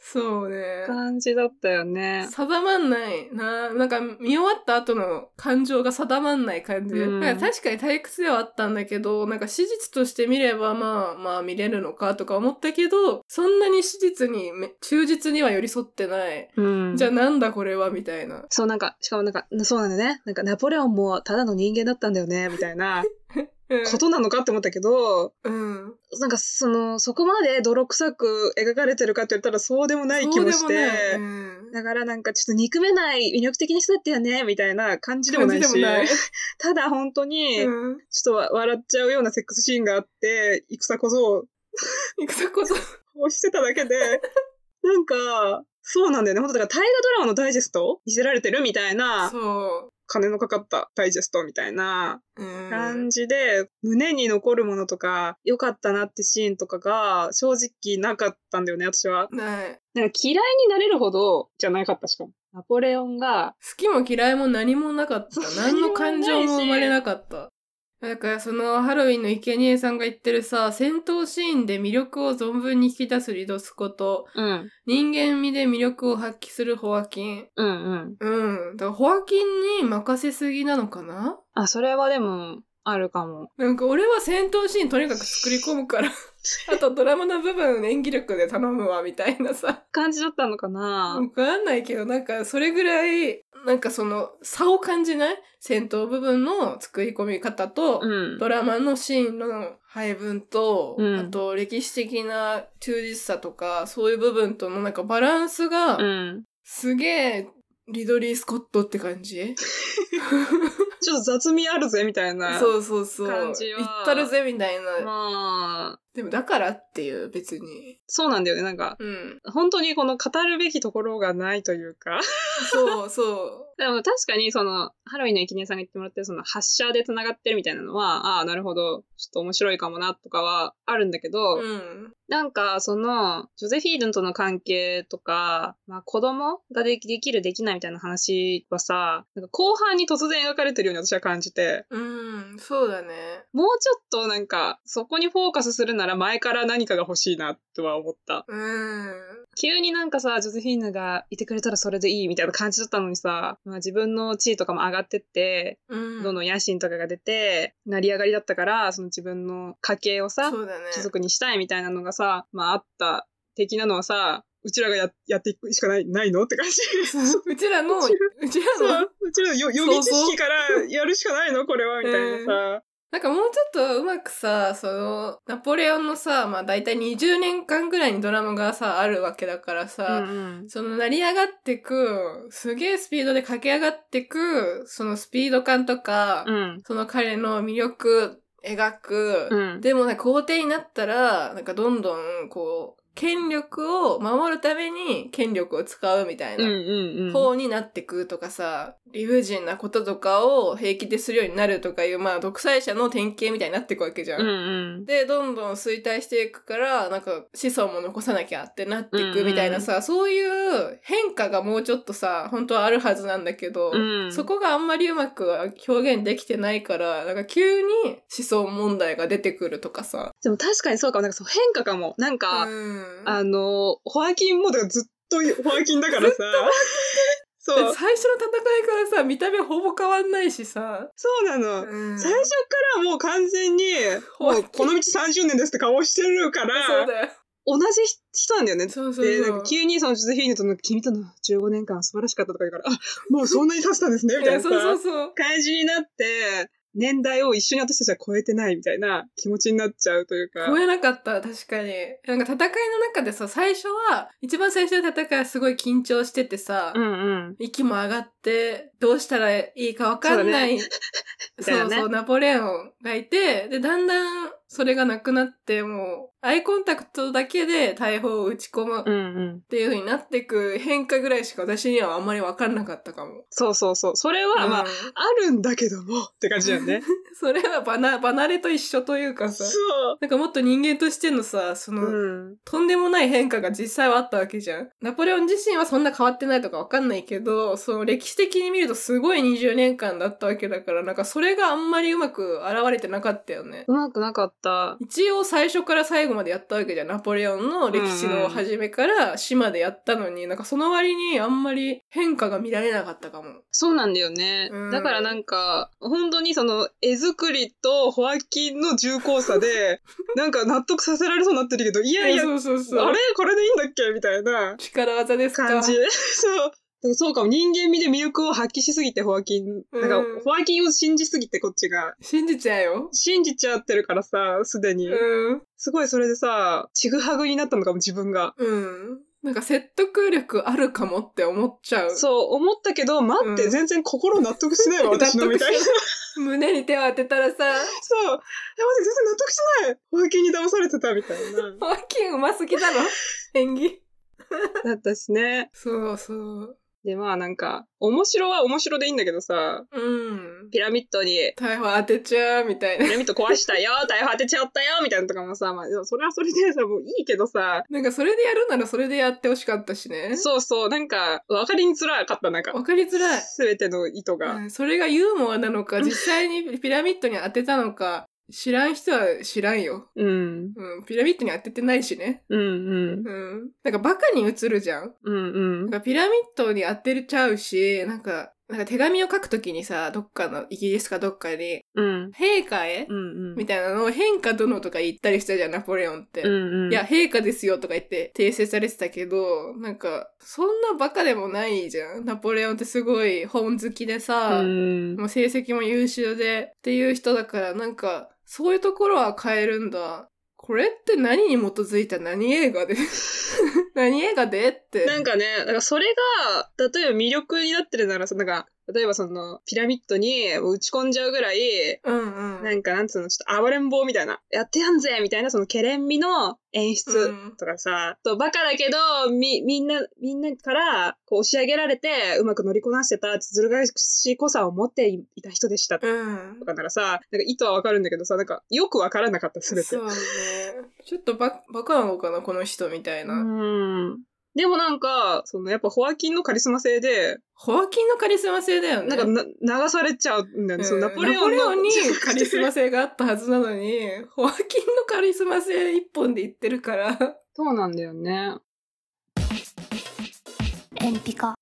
Speaker 4: そうね。
Speaker 3: 感じだったよね。
Speaker 4: 定まんないな。なんか見終わった後の感情が定まんない感じ。
Speaker 3: うん
Speaker 4: なんか確かに退屈ではあったんだけど、なんか史実として見ればまあまあ見れるのかとか思ったけど、そんなに史実にめ忠実には寄り添ってない。
Speaker 3: うん
Speaker 4: じゃあなんだこれはみたいな。
Speaker 3: そうなんか、しかもなんか、そうなんだよね。なんかナポレオンもただの人間だったんだよね、みたいな
Speaker 4: うん
Speaker 3: ことなのかって思ったけど、
Speaker 4: うん。
Speaker 3: なんかその、そこまで泥臭く描かれてるかって言ったらそうでもない気もし
Speaker 4: そう
Speaker 3: て、
Speaker 4: でもないうん
Speaker 3: だからなんかちょっと憎めない魅力的な人だったよね、みたいな感じでもないし、ただ本当に、
Speaker 4: うん。
Speaker 3: ちょっとわ笑っちゃうようなセックスシーンがあって、戦こそ
Speaker 4: 戦こそ。
Speaker 3: をしてただけで、なんか、そうなんだよね。本当だから大河ドラマのダイジェスト見せられてるみたいな、
Speaker 4: そ
Speaker 3: 金のかかったダイジェストみたいな
Speaker 4: う。うん
Speaker 3: 感。じで、胸に残るものとか、良かったなってシーンとかが正直なかったんだよね、私は。
Speaker 4: ない。
Speaker 3: なんか嫌いになれるほどじゃなかったしかも。ナポレオンが、
Speaker 4: 好きも嫌いも何もなかっ
Speaker 3: そ
Speaker 4: た
Speaker 3: う。
Speaker 4: 何の感情も生まれなかった。だからそのハロウィンの生贄さんが言ってるさ、戦闘シーンで魅力を存分に引き出すリドスコと、
Speaker 3: うん、
Speaker 4: 人間味で魅力を発揮するホアキン。
Speaker 3: うん、うん。
Speaker 4: うん。だからホアキンに任せすぎなのかな
Speaker 3: あ、それはでも、あるかも。
Speaker 4: なんか俺は戦闘シーンとにかく作り込む から、あとドラマの部分演技力で頼むわ、みたいなさ。
Speaker 3: 感じだったのかな、
Speaker 4: わかんないけど、なんかそれぐらい、なんかその差を感じない戦闘部分の作り込み方と、
Speaker 3: うん。
Speaker 4: ドラマのシーンの配分と、
Speaker 3: うん
Speaker 4: あと歴史的な忠実さとか、そういう部分とのなんかバランスが、
Speaker 3: うん。
Speaker 4: すげえ、リドリー・スコットって感じ
Speaker 3: ちょっと雑味あるぜ、みたいな。
Speaker 4: そうそうそう。
Speaker 3: 感じは
Speaker 4: 行ったるぜみたいな。
Speaker 3: まあ、
Speaker 4: でもだからっていう、別に。
Speaker 3: そうなんだよね。なんか、
Speaker 4: うん。
Speaker 3: 本当にこの語るべきところがないというか。
Speaker 4: そ うそ
Speaker 3: でも確かに、その、ハロウィンの駅姉さんが言ってもらってる、その、発射で繋がってるみたいなのは、ああ、なるほど、ちょっと面白いかもな、とかはあるんだけど、
Speaker 4: う。うん。
Speaker 3: なんか、その、ジョゼフィーヌとの関係とか、まあ、子供ができできる、できないみたいな話はさ、なんか後半に突然描かれてるように私は感じて、
Speaker 4: うん、そうだね。
Speaker 3: もうちょっとなんか、そこにフォーカスするなら前から何かが欲しいな、とは思った。
Speaker 4: うん。
Speaker 3: 急になんかさ、ジョゼフィーヌがいてくれたらそれでいいみたいな感じだったのにさ、まあ、自分の地位とかも上がってって、
Speaker 4: うん。
Speaker 3: どんどん野心とかが出て、成り上がりだったから、その自分の家系をさ、
Speaker 4: そうだね。
Speaker 3: 貴族にしたいみたいなのがさ、まああった的なのはさ、うちらがややっていくしかないないのって感じ。そう
Speaker 4: うちら の、うちらの、
Speaker 3: うちらのよ予備知識からやるしかないのこれはみたいなさ。
Speaker 4: なんかもうちょっとうまくさ、その、ナポレオンのさ、まあ大体20年間ぐらいにドラマがさ、あるわけだからさ、その成り上がってく、すげえスピードで駆け上がってく、そのスピード感とか、
Speaker 3: うん。
Speaker 4: その彼の魅力、描く、
Speaker 3: うん
Speaker 4: でもね、皇帝になったら、なんかどんどん、こう、権力を守るために権力を使うみたい
Speaker 3: うんう
Speaker 4: な。
Speaker 3: んうん。
Speaker 4: 方になってくとかさ、理不尽なこととかを平気でするようになるとかいう、まあ、独裁者の典型みたいになってくわけじゃん。
Speaker 3: うんうん。
Speaker 4: で、どんどん衰退していくから、なんか子孫も残さなきゃってなってい
Speaker 3: うんう
Speaker 4: く
Speaker 3: ん
Speaker 4: みたいなさ、そういう変化がもうちょっとさ、本当はあるはずなんだけど、
Speaker 3: うん
Speaker 4: そこがあんまりうまく表現できてないから、なんか急に子孫問題が出てくるとかさ。
Speaker 3: でも確かにそうかも。なんかそう変化かも。なんか、
Speaker 4: うん
Speaker 3: あの、ホアキンもだからずっとホアキンだからさ。
Speaker 4: で
Speaker 3: そう。
Speaker 4: 最初の戦いからさ、見た目ほぼ変わんないしさ。
Speaker 3: そうなの。
Speaker 4: うん
Speaker 3: 最初からもう完全に、
Speaker 4: ホア
Speaker 3: も
Speaker 4: キン
Speaker 3: うこの道30年ですって顔してるか
Speaker 4: そう
Speaker 3: ら、
Speaker 4: だよ。
Speaker 3: 同じ人なんだよね。
Speaker 4: そうそう
Speaker 3: で、
Speaker 4: そ
Speaker 3: なん
Speaker 4: う
Speaker 3: か。急にそのジョゼフィーヌとの君との15年間素晴らしかったとか言うから、あ、もうそんなに経ってたんですね、み
Speaker 4: い
Speaker 3: たい
Speaker 4: や
Speaker 3: なさ
Speaker 4: そうそうそう。
Speaker 3: 感じになって、年代を一緒に私たちは超えてないみたいな気持ちになっちゃうというか。
Speaker 4: 超えなかった、確かに。なんか戦いの中でさ、最初は、一番最初の戦いはすごい緊張しててさ、
Speaker 3: うんうん。
Speaker 4: 息も上がって、どうしたらいいかわかんない。そう,、
Speaker 3: みたい
Speaker 4: そ
Speaker 3: な
Speaker 4: う
Speaker 3: ね
Speaker 4: ナポレオンがいて、で、だんだんそれがなくなって、もう、アイコンタクトだけで大砲を打ち込むっ
Speaker 3: んうん。
Speaker 4: ていう風になってく変化ぐらいしか私にはあんまりわかんなかったかも。
Speaker 3: そうそうそう。それは、まあ
Speaker 4: う
Speaker 3: あ
Speaker 4: ん、
Speaker 3: るんだけども、って感じだよ ね。
Speaker 4: それは離離れと一緒というかさ、
Speaker 3: そう。
Speaker 4: なんかもっと人間としてのさ、その、
Speaker 3: うん。
Speaker 4: とんでもない変化が実際はあったわけじゃん。ナポレオン自身はそんな変わってないとかわかんないけど、その歴史的に見るとすごい20年間だったわけだから、なんかそれがあんまりうまく現れてなかったよね。
Speaker 3: うまくなかった。
Speaker 4: 一応最初から最後までやったわけじゃん。ナポレオンの歴史の初めから島でやったのに、なんかその割にあんまり変化が見られなかったかも。
Speaker 3: そうなんだよね。
Speaker 4: うん
Speaker 3: だからなんか、本当にその、絵作りとホアキンの重厚さ で、なんか納得させられそうになってるけど、いやいや、
Speaker 4: そうそうそう。
Speaker 3: あれこれでいいんだっけみたいな
Speaker 4: 力技ですか
Speaker 3: 感じ。 そう。でもそうかも。人間味で魅力を発揮しすぎて、ホアキン。なんか
Speaker 4: うん、
Speaker 3: ホアキンを信じすぎて、こっちが。
Speaker 4: 信じちゃうよ。
Speaker 3: 信じちゃってるからさ、すでに。
Speaker 4: うん。
Speaker 3: すごいそれでさ、ちぐはぐになったのかも、自分が。
Speaker 4: うん。なんか説得力あるかもって思っちゃう。
Speaker 3: そう、思ったけど、待って、
Speaker 4: うん
Speaker 3: 全然心納得しない わ、私の、みたいな。
Speaker 4: 胸に手を当てたらさ、
Speaker 3: そう。え、待って、全然納得してないホアキンに騙されてた、みたいな。
Speaker 4: ホアキンうますぎだろ演技。
Speaker 3: だったしね。
Speaker 4: そうそう。
Speaker 3: で、まあなんか、面白は面白でいいんだけどさ、
Speaker 4: うん。
Speaker 3: ピラミッドに、
Speaker 4: 逮捕当てちゃうみたいな
Speaker 3: ピ。ラミッド壊したよ、逮捕当てちゃったよ、みたいなのとかもさ、まあ、でもそれはそれでさ、もういいけどさ、
Speaker 4: なんかそれでやるならそれでやってほしかったしね。
Speaker 3: そうそう、なんか、わかりにつらかった、なんか。
Speaker 4: わかりづらい。
Speaker 3: すべての意図が。
Speaker 4: うんそれがユーモアなのか、実際にピラミッドに当てたのか、知らん人は知らんよ。
Speaker 3: うん。
Speaker 4: うん、ピラミッドに当ててないしね。
Speaker 3: うんうん。
Speaker 4: うん。なんかバカに映るじゃん。
Speaker 3: うん
Speaker 4: なん
Speaker 3: うん。
Speaker 4: かピラミッドに当てるちゃうし、なんか、なんか手紙を書くときにさ、どっかの、イギリスかどっかに、
Speaker 3: うん。
Speaker 4: 陛下へ、
Speaker 3: うんうん。
Speaker 4: みたいなのを変化殿とか言ったりしたじゃん、ナポレオンって。
Speaker 3: うんうん。
Speaker 4: いや、、陛下ですよとか言って訂正されてたけど、なんか、そんなバカでもないじゃん。ナポレオンってすごい本好きでさ、
Speaker 3: うん。
Speaker 4: もう成績も優秀でっていう人だから、なんか、そういうところは変えるんだ。これって何に基づいた何映画で 何映画でって。
Speaker 3: なんかね、だからそれが、例えば魅力になってるならさ、なんか、例えばその、ピラミッドに打ち込んじゃうぐらい、
Speaker 4: うんうん。
Speaker 3: なんか、なんつうの、ちょっと暴れん坊みたいな、やってやんぜみたいな、その、ケレン味の演
Speaker 4: う
Speaker 3: 出
Speaker 4: ん
Speaker 3: とかさ、とバカだけど、み、みんな、みんなから、こう、押し上げられて、うまく乗りこなしてた、ずるがしい子さを持っていた人でした。
Speaker 4: うん
Speaker 3: と。かならさ、なんか意図はわかるんだけどさ、なんか、よくわからなかった、すべて。
Speaker 4: そうね。ちょっとババカなのかな、この人みたいな。
Speaker 3: うん。でもなんか、そのやっぱホアキンのカリスマ性で、
Speaker 4: ホアキンのカリスマ性だよね。
Speaker 3: なんかな流されちゃうんだよね。その
Speaker 4: ナ
Speaker 3: ナ
Speaker 4: ポ
Speaker 3: ポ
Speaker 4: レ
Speaker 3: レ
Speaker 4: オ
Speaker 3: オ
Speaker 4: ン
Speaker 3: ンの
Speaker 4: にカリスマ性があったはずなのに、ホアキンのカリスマ性一本で言ってるから。
Speaker 3: そうなんだよね。
Speaker 2: エンピカ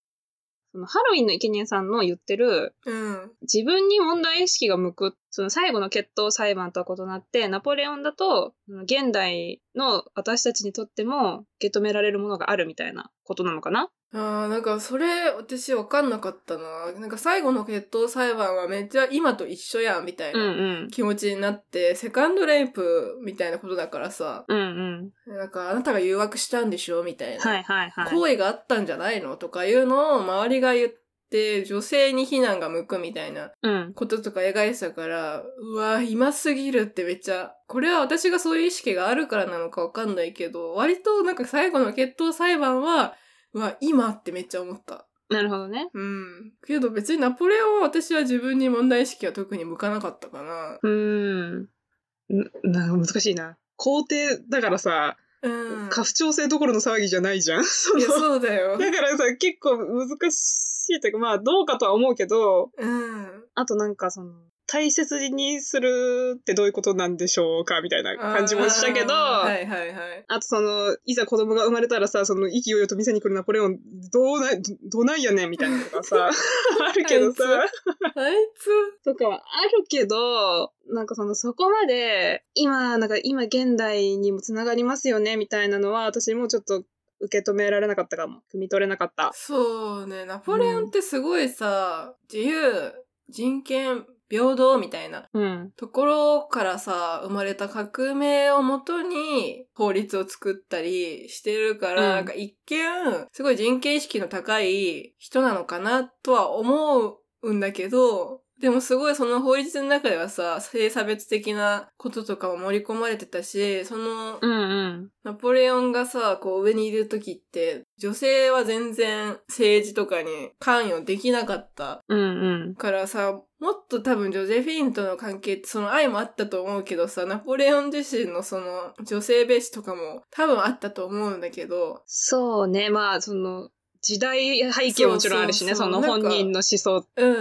Speaker 3: そのハロウィンの生贄さんの言ってる、
Speaker 4: うん。
Speaker 3: 自分に問題意識が向く、その最後の決闘裁判とは異なって、ナポレオンだと、その現代の私たちにとっても受け止められるものがあるみたいなことなのかな
Speaker 4: あーなんかそれ私わかんなかったな。なんか最後の決闘裁判はめっちゃ今と一緒やんみたい
Speaker 3: うんう。
Speaker 4: なん気持ちになって、セカンドレイプみたいなことだからさ、
Speaker 3: うんうん。
Speaker 4: なんかあなたが誘惑したんでしょみたいな、
Speaker 3: はいはいはい。
Speaker 4: 行為があったんじゃないのとかいうのを周りが言って、女性に非難が向くみたいな
Speaker 3: うん。
Speaker 4: こととか描いてたから、うわー今すぎるってめっちゃ、これは私がそういう意識があるからなのかわかんないけど、割となんか最後の決闘裁判は、うわ、今ってめっちゃ思った。
Speaker 3: なるほどね。
Speaker 4: うん。けど別にナポレオンは私は自分に問題意識は特に向かなかったかな。
Speaker 3: うーん。ななんか難しいな。皇帝だからさ、
Speaker 4: うん。
Speaker 3: 家父長制どころの騒ぎじゃないじゃん。その
Speaker 4: いや、そうだよ。
Speaker 3: だからさ、結構難しいというか、まあ、どうかとは思うけど、
Speaker 4: うん。
Speaker 3: あとなんかその、大切にするってどういうことなんでしょうかみたいな感じもしたけど、あ
Speaker 4: あーはいはいはい。
Speaker 3: とその、いざ子供が生まれたらさ、その、意気揚々と店に来るナポレオン、どうな、どうなんやねんみたいなのとか さ、あるけどさ、
Speaker 4: あいあいつ。
Speaker 3: とかはあるけど、なんかそのそこまで、今、なんか今現代にもつながりますよね、みたいなのは、私もちょっと受け止められなかったかも。汲み取れなかった。
Speaker 4: そうね、ナポレオンってすごいさ、自由、人権、平等みたいな
Speaker 3: うん。
Speaker 4: ところからさ、生まれた革命をもとに法律を作ったりしてるから、
Speaker 3: うん
Speaker 4: なんか一見、すごい人権意識の高い人なのかなとは思うんだけど、でもすごいその法律の中ではさ、性差別的なこととかも盛り込まれてたし、その
Speaker 3: んうん。
Speaker 4: ナポレオンがさ、こう上にいる時って、女性は全然政治とかに関与できなかった
Speaker 3: うんうん。
Speaker 4: からさ、もっと多分ジョゼフィーンとの関係ってその愛もあったと思うけどさ、ナポレオン自身のその女性ベースとかも多分あったと思うんだけど、
Speaker 3: そうね、まあ、その、時代背景ももちろんあるしね、
Speaker 4: そ
Speaker 3: そう
Speaker 4: そうそう
Speaker 3: の本人の思想
Speaker 4: うん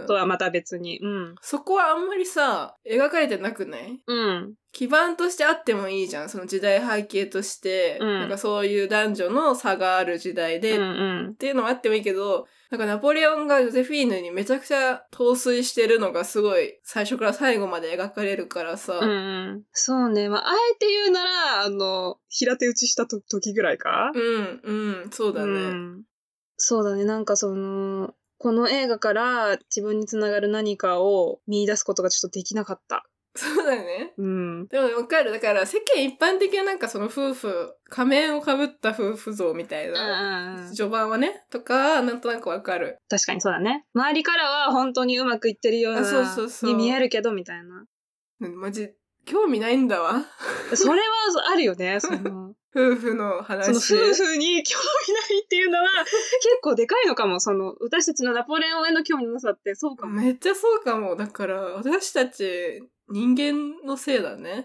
Speaker 4: うん
Speaker 3: と。はまた別に。うん。
Speaker 4: そこはあんまりさ、描かれてなくない
Speaker 3: うん。
Speaker 4: 基盤としてあってもいいじゃん。その時代背景として、
Speaker 3: うん
Speaker 4: なんかそういう男女の差がある時代
Speaker 3: う
Speaker 4: で、
Speaker 3: ん
Speaker 4: っ
Speaker 3: うん。
Speaker 4: ていうのもあってもいいけど、なんかナポレオンがジョゼフィーヌにめちゃくちゃ陶酔してるのがすごい最初から最後まで描かれるからさ、
Speaker 3: うんうん、そうね。まあ、あえて言うなら、あの、平手打ちしたと時ぐらいか
Speaker 4: うん、うん、そうだね。
Speaker 3: ん、そうだねなんかそのこの映画から自分につながる何かを見出すことがちょっとできなかった
Speaker 4: そうだね。
Speaker 3: うん
Speaker 4: でもわかる。だから世間一般的ななんかその夫婦、仮面をかぶった夫婦像みたいな、序盤はね、とか、なんとなくわかる。
Speaker 3: 確かにそうだね周りからは本当にうまくいってるような
Speaker 4: あそうそうそう
Speaker 3: に見えるけどみたいな
Speaker 4: うんマジ、興味ないんだわ。
Speaker 3: それはあるよねその
Speaker 4: 夫婦の話。
Speaker 3: その夫婦に興味ないっていうのは結構でかいのかも。その私たちのナポレオンへの興味のなさってそうかも。
Speaker 4: めっちゃそうかも。だから、私たち人間のせい だね。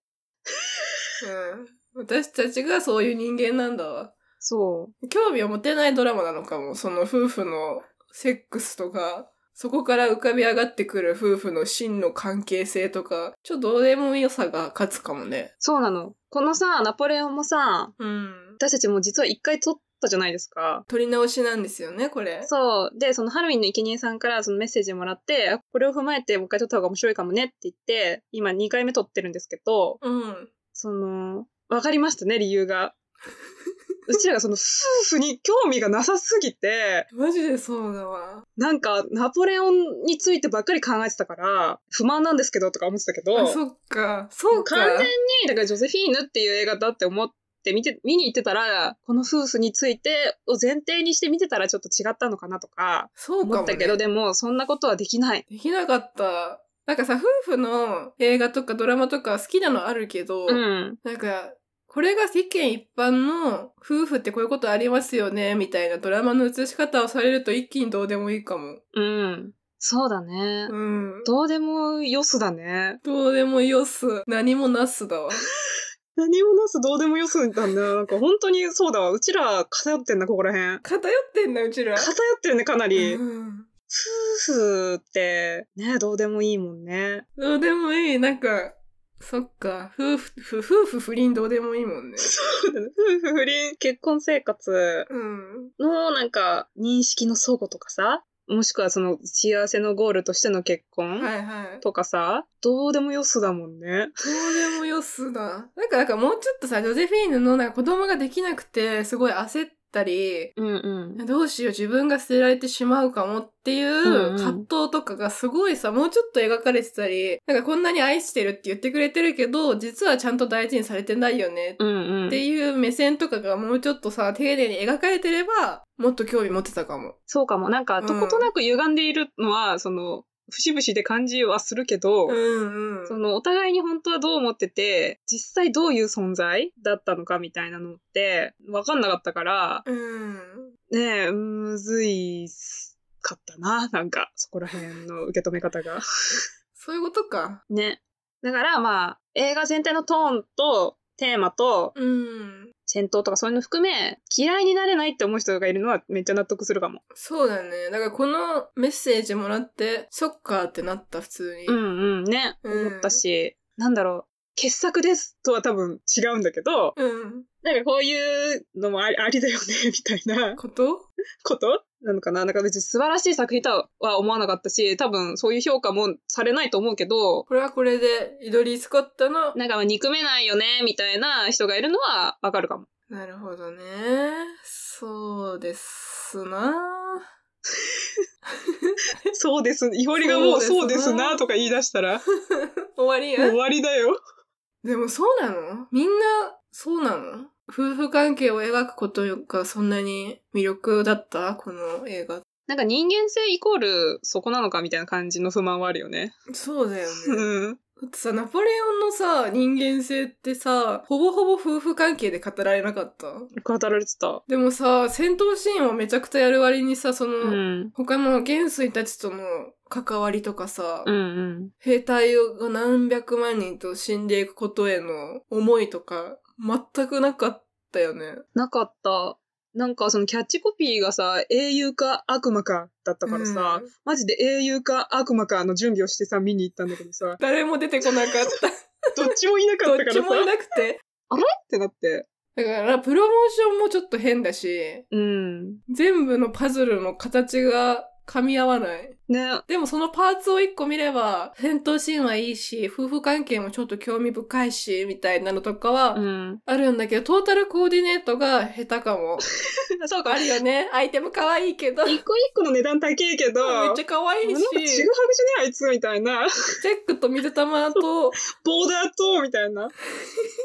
Speaker 4: うん。私たちがそういう人間なんだわ。
Speaker 3: そう。
Speaker 4: 興味を持てないドラマなのかも。その夫婦のセックスとか、そこから浮かび上がってくる夫婦の真の関係性とか、ちょっとどうでも良さが勝つかもね。
Speaker 3: そうなの。このさ、ナポレオンもさ、
Speaker 4: うん。
Speaker 3: 私たちも実は一回撮ったじゃないですか。
Speaker 4: 撮り直しなんですよね、これ。
Speaker 3: そう。で、そのハロウィンの生贄さんからそのメッセージもらって、あこれを踏まえてもう一回撮った方が面白いかもねって言って、今2回目撮ってるんですけど、
Speaker 4: うん。
Speaker 3: その、わかりましたね、理由が。うちらがその夫婦に興味がなさすぎて、
Speaker 4: マジでそうだわ。
Speaker 3: なんかナポレオンについてばっかり考えてたから、不満なんですけどとか思ってたけど、
Speaker 4: あ、そっか。そうか。
Speaker 3: 完全に、だからジョゼフィーヌっていう映画だって思って見て、見に行ってたら、この夫婦についてを前提にして見てたらちょっと違ったのかなとか、
Speaker 4: そうか
Speaker 3: 思
Speaker 4: も、
Speaker 3: っ
Speaker 4: ね。
Speaker 3: たけど、でもそんなことはできない。
Speaker 4: できなかった。なんかさ、夫婦の映画とかドラマとか好きなのあるけど、
Speaker 3: うん。
Speaker 4: なんか、これが世間一般の夫婦ってこういうことありますよね、みたいなドラマの映し方をされると一気にどうでもいいかも。
Speaker 3: うん。そうだね。
Speaker 4: うん。
Speaker 3: どうでもよすだね。
Speaker 4: どうでもよす。何もなすだわ。
Speaker 3: 何もなすどうでもよすんだね。なんか本当にそうだわ。うちら偏ってんな、ここら辺。
Speaker 4: 偏ってんな、うちら。
Speaker 3: 偏ってるね、かなり。夫
Speaker 4: うん
Speaker 3: 婦って、ね、どうでもいいもんね。
Speaker 4: どうでもいい。なんか、そっか。夫婦、夫夫婦不倫どうでもいいもんね。
Speaker 3: 夫婦不倫、結婚生活
Speaker 4: うん。
Speaker 3: のなんか認識の相互とかさ、もしくはその幸せのゴールとしての結婚、
Speaker 4: はいはい。
Speaker 3: とかさ、どうでもよすだもんね。
Speaker 4: どうでもよすだ。なんか、なんかもうちょっとさ、ジョゼフィーヌのなんか子供ができなくて、すごい焦ったり、
Speaker 3: うんうん。
Speaker 4: どうしよう、自分が捨てられてしまうかもってい
Speaker 3: んう
Speaker 4: うん葛藤とかがすごいさ、もうちょっと描かれてたり、なんかこんなに愛してるって言ってくれてるけど、実はちゃんと大事にされてないよね。
Speaker 3: うんうん
Speaker 4: っ。ていう目線とかがもうちょっとさ、丁寧に描かれてれば、もっと興味持ってたかも。
Speaker 3: そうかも。なんか、とことなく歪んでいるのは、その、節々で感じはするけど、
Speaker 4: うんうん。
Speaker 3: そのお互いに本当はどう思ってて実際どういう存在だったのかみたいなのって分かんなかったから
Speaker 4: うん。
Speaker 3: ねえむずいかったななんかそこら辺の受け止め方が。
Speaker 4: そういうことか。
Speaker 3: ね。だからまあ映画全体のトーンとテーマと
Speaker 4: うん。
Speaker 3: 戦闘とかそういうの含め嫌いになれないって思う人がいるのはめっちゃ納得するかも。
Speaker 4: そうだね。だからこのメッセージもらって、そっかーってなった、普通に。
Speaker 3: うんうんね、
Speaker 4: うん
Speaker 3: 思ったしなんだろう傑作ですとは多分違うんだけど、
Speaker 4: うん。
Speaker 3: なんかこういうのもありありだよね、 みたいな。
Speaker 4: こと
Speaker 3: ことなのかななんか別に素晴らしい作品とは思わなかったし、多分そういう評価もされないと思うけど、
Speaker 4: これはこれで、イドリー・スコットの
Speaker 3: なんかまあ憎めないよね、みたいな人がいるのはわかるかも。
Speaker 4: なるほどね。そうですな。
Speaker 3: そうです。いほりがもうそうですな、とか言い出したら、も
Speaker 4: 終わり
Speaker 3: う
Speaker 4: や
Speaker 3: 終。わりだよ。
Speaker 4: でもそうなのみんなそうなの夫婦関係を描くことがそんなに魅力だったこの映画。
Speaker 3: なんか人間性イコールそこなのかみたいな感じの不満はあるよね。
Speaker 4: そうだ よね。
Speaker 3: うん。
Speaker 4: だってさ、ナポレオンのさ、人間性ってさ、ほぼほぼ夫婦関係で語られなかった。
Speaker 3: 語られてた。
Speaker 4: でもさ、戦闘シーンをめちゃくちゃやる割にさ、その、
Speaker 3: うん。
Speaker 4: 他の元帥たちとの関わりとかさ、
Speaker 3: うんうん。
Speaker 4: 兵隊が何百万人と死んでいくことへの思いとか、全くなかったよね。
Speaker 3: なかった。なんかそのキャッチコピーがさ、英雄か悪魔かだったからさ、
Speaker 4: うん
Speaker 3: マジで英雄か悪魔かの準備をしてさ、見に行ったんだけどさ、
Speaker 4: 誰も出てこなかった。
Speaker 3: どっちもいなか
Speaker 4: ど
Speaker 3: っ
Speaker 4: った
Speaker 3: から
Speaker 4: ち
Speaker 3: さ、
Speaker 4: もい
Speaker 3: っ
Speaker 4: なくて。
Speaker 3: てなって。
Speaker 4: だから、プロモーションもちょっと変だし、
Speaker 3: うん。
Speaker 4: 全部のパズルの形が噛み合わない。
Speaker 3: ね。
Speaker 4: でもそのパーツを一個見れば、戦闘シーンはいいし、夫婦関係もちょっと興味深いし、みたいなのとかは
Speaker 3: ん。
Speaker 4: あるんだけど、トータルコーディネートが下手かも。
Speaker 3: そうか
Speaker 4: あ、るよね。アイテム可愛いけど。めっ
Speaker 3: 一個一個の値段高いけど、
Speaker 4: ちゃ可愛い
Speaker 3: なんかちぐはぐじ
Speaker 4: し
Speaker 3: ゃね、あいつみたいな。
Speaker 4: チェックと水玉と
Speaker 3: ボーダーと、みた いな。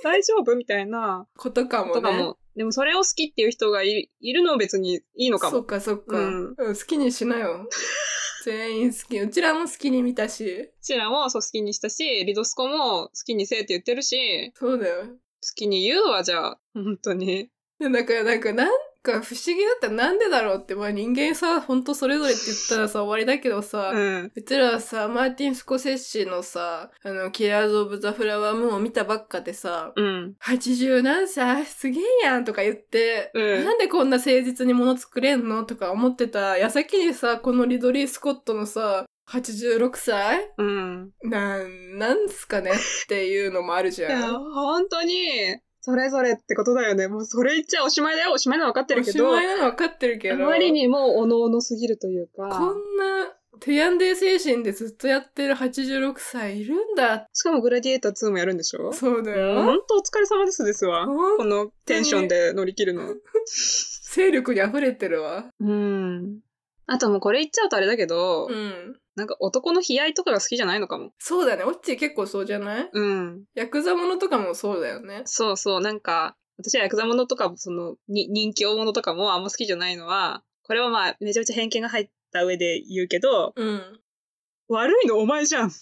Speaker 3: 大丈夫みたいな。
Speaker 4: ことかも
Speaker 3: とか
Speaker 4: ね。
Speaker 3: も。でもそれを好きっていう人がいいるのは別にいいのか
Speaker 4: そ
Speaker 3: も。
Speaker 4: っかそっか、
Speaker 3: う
Speaker 4: うん
Speaker 3: ん
Speaker 4: 好きにしなよ。全員好き。うちらも好きに見たし。
Speaker 3: シラもそう好きにしたし、リドスコも好きにせえって言ってるし、
Speaker 4: そうだよ。
Speaker 3: きに言うわ、じゃあ。本当に。
Speaker 4: でだからなんか、なんか不思議だったらなんでだろうって、まあ人間さ、ほんとそれぞれって言ったらさ、終わりだけどさ、う
Speaker 3: うん。
Speaker 4: ちらはさ、マーティン・スコセッシのさ、あの、キラーズ・オブ・ザ・フラワームーンを見たばっかでさ、
Speaker 3: うん。
Speaker 4: 80何歳すげえやんとか言って、
Speaker 3: うん
Speaker 4: なんでこんな誠実に物作れんのとか思ってた矢先にさ、このリドリー・スコットのさ、86歳
Speaker 3: うん。
Speaker 4: なん、なんすかねっていうのもあるじ
Speaker 3: いや、
Speaker 4: ゃん。
Speaker 3: 本当に、それぞれってことだよね。もうそれ言っちゃおしまいだよ。おしまいなの分かって
Speaker 4: お
Speaker 3: るけ
Speaker 4: し
Speaker 3: ど、
Speaker 4: ま
Speaker 3: あ
Speaker 4: いなの分かってるけど。
Speaker 3: まりにもおのおのすぎるというか。
Speaker 4: こんな、トゥヤンデー精神でずっとやってる86歳いるんだ。
Speaker 3: しかもグラディエーター2もやるんでしょ
Speaker 4: そうだ
Speaker 3: うん
Speaker 4: よ。
Speaker 3: 本当お疲れ様ですですわ。
Speaker 4: ほん
Speaker 3: このテンションで乗り切るの。
Speaker 4: 勢力に溢れてるわ。
Speaker 3: うん。あともうこれ言っちゃうとあれだけど、
Speaker 4: うん。
Speaker 3: なんか男の悲哀とかが好きじゃないのかも。
Speaker 4: そうだね。オッチー結構そうじゃない
Speaker 3: うん。
Speaker 4: ヤクザものとかもそうだよね。
Speaker 3: そうそう、なんか、私はヤクザものとか、その、に人気大物とかもあんま好きじゃないのは、これはまあ、めちゃめちゃ偏見が入った上で言うけど、
Speaker 4: うん。
Speaker 3: 悪いのお前じゃんっ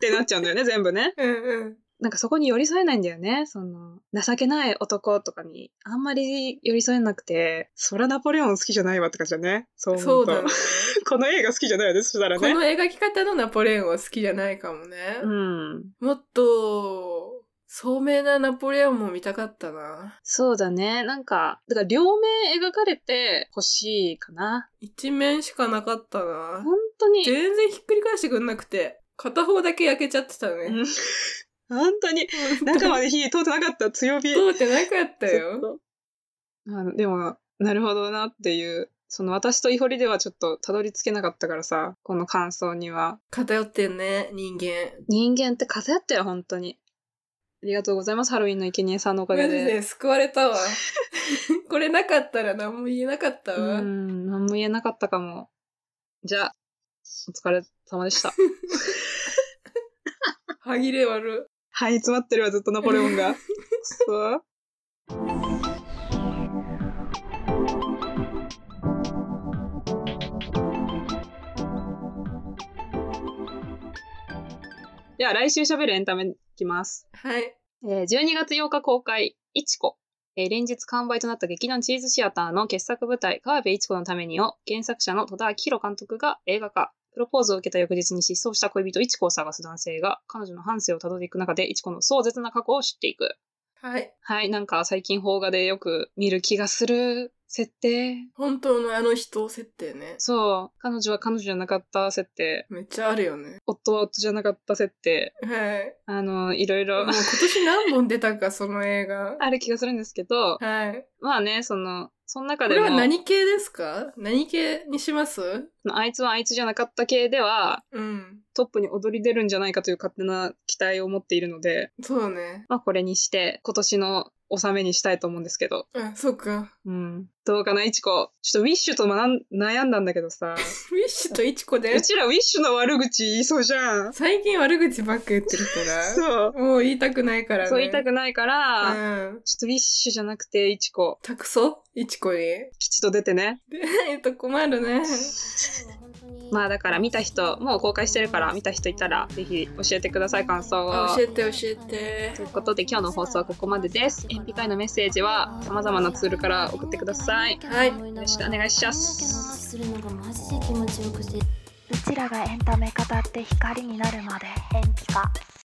Speaker 3: てなっちゃうんだよね、全部ね。
Speaker 4: うんうん。
Speaker 3: なんかそこに寄り添えないんだよね。その、情けない男とかに、あんまり寄り添えなくて、そらナポレオン好きじゃないわって感じだね。そう思うと。
Speaker 4: そうだね。
Speaker 3: この映画好きじゃないよね、そしたら
Speaker 4: この
Speaker 3: ね。
Speaker 4: 描き方のナポレオンは好きじゃないかもね。
Speaker 3: うん。
Speaker 4: もっと、聡明なナポレオンも見たかったな。
Speaker 3: そうだね。なんか、だから両面描かれて欲しいかな。
Speaker 4: 一面しかなかったな。
Speaker 3: 本当に。
Speaker 4: 全然ひっくり返してくんなくて。片方だけ焼けちゃってたね。
Speaker 3: うん本当に。中まで火通ってなかった、強火。
Speaker 4: 通ってなかった
Speaker 3: ずっ
Speaker 4: よ。
Speaker 3: とあのでも、なるほどなっていう、その私とイホリではちょっとたどり着けなかったからさ、この感想には。
Speaker 4: 偏ってんね、人間。
Speaker 3: 人間って偏ってる、本当に。ありがとうございます、ハロウィンの生贄さんのおか
Speaker 4: マ
Speaker 3: げ
Speaker 4: ジ
Speaker 3: で。
Speaker 4: で救わ れたわ。これなかったら何も言えなかった
Speaker 3: う
Speaker 4: わ。
Speaker 3: ん、何も言えなかったかも。じゃあ、お疲れ様でした。
Speaker 4: 歯切れ悪。
Speaker 3: はい、詰まってるわ、ずっとナポレオンが。くそでは、来週喋るエンタメいきます。
Speaker 4: はい。
Speaker 3: えー12月8日公開、いちこ。えー連日完売となった劇団チーズシアターの傑作舞台、川辺いちこのためにを、原作者の戸田明宏監督が映画化。プロポーズを受けた翌日に失踪した恋人いちこを探す男性が、彼女の半生をたどっていく中で、いちこの壮絶な過去を知っていく。
Speaker 4: はい。
Speaker 3: はい、なんか最近邦画でよく見る気がする設定。
Speaker 4: 本当のあの人設定ね。
Speaker 3: そう、彼女は彼女じゃなかった設定、
Speaker 4: めっちゃあるよね。
Speaker 3: 夫は夫じゃなかった設定、
Speaker 4: はい。
Speaker 3: あの、いろい
Speaker 4: もう
Speaker 3: ろ
Speaker 4: 今年何本出たか、その 映画。
Speaker 3: ある気がするんですけど、
Speaker 4: はい。
Speaker 3: まあね、その、その
Speaker 4: こ
Speaker 3: 中で
Speaker 4: れ
Speaker 3: も、
Speaker 4: は何系ですか何系にします
Speaker 3: あいつはあいつじゃなかった系では、
Speaker 4: うん。
Speaker 3: トップに躍り出るんじゃないかという勝手な期待を持っているので、
Speaker 4: そうね。
Speaker 3: まあこれにして、今年の納めにしたいと思うんですけど。
Speaker 4: あ、そう か。
Speaker 3: うん。どうかな、いちこ。ちょっとウィッシュと学ん悩んだんだけど さ、
Speaker 4: ウィッシュとイチコで
Speaker 3: うちらウィッシュの悪口言いそうじゃん。
Speaker 4: 最近悪口ばっか言ってるから。
Speaker 3: そう。
Speaker 4: もう言いたくないからね。
Speaker 3: そう言いたくないから、
Speaker 4: うん。
Speaker 3: ちょっとウィッシュじゃなくて、いちこ、
Speaker 4: 託そういちこに。で
Speaker 3: 吉と出てね。
Speaker 4: ないと困るね。
Speaker 3: まあだから見た人、もう公開してるから見た人いたら、ぜひ教えてください、感想を。
Speaker 4: あ教えて教えて
Speaker 3: ということで今日の放送はここまでです。鉛筆会のメッセージは様々なツールから送ってください。
Speaker 4: はいよ
Speaker 5: よ
Speaker 3: ろ
Speaker 5: ろ
Speaker 3: し
Speaker 5: し
Speaker 3: く
Speaker 5: く
Speaker 3: お
Speaker 5: お
Speaker 3: 願
Speaker 5: 願
Speaker 3: い
Speaker 5: い
Speaker 3: し
Speaker 5: し
Speaker 3: ま
Speaker 5: ますすするのがマジで気持ちよくて
Speaker 2: うちらがエンタメ語って光になるまで
Speaker 5: 鉛筆家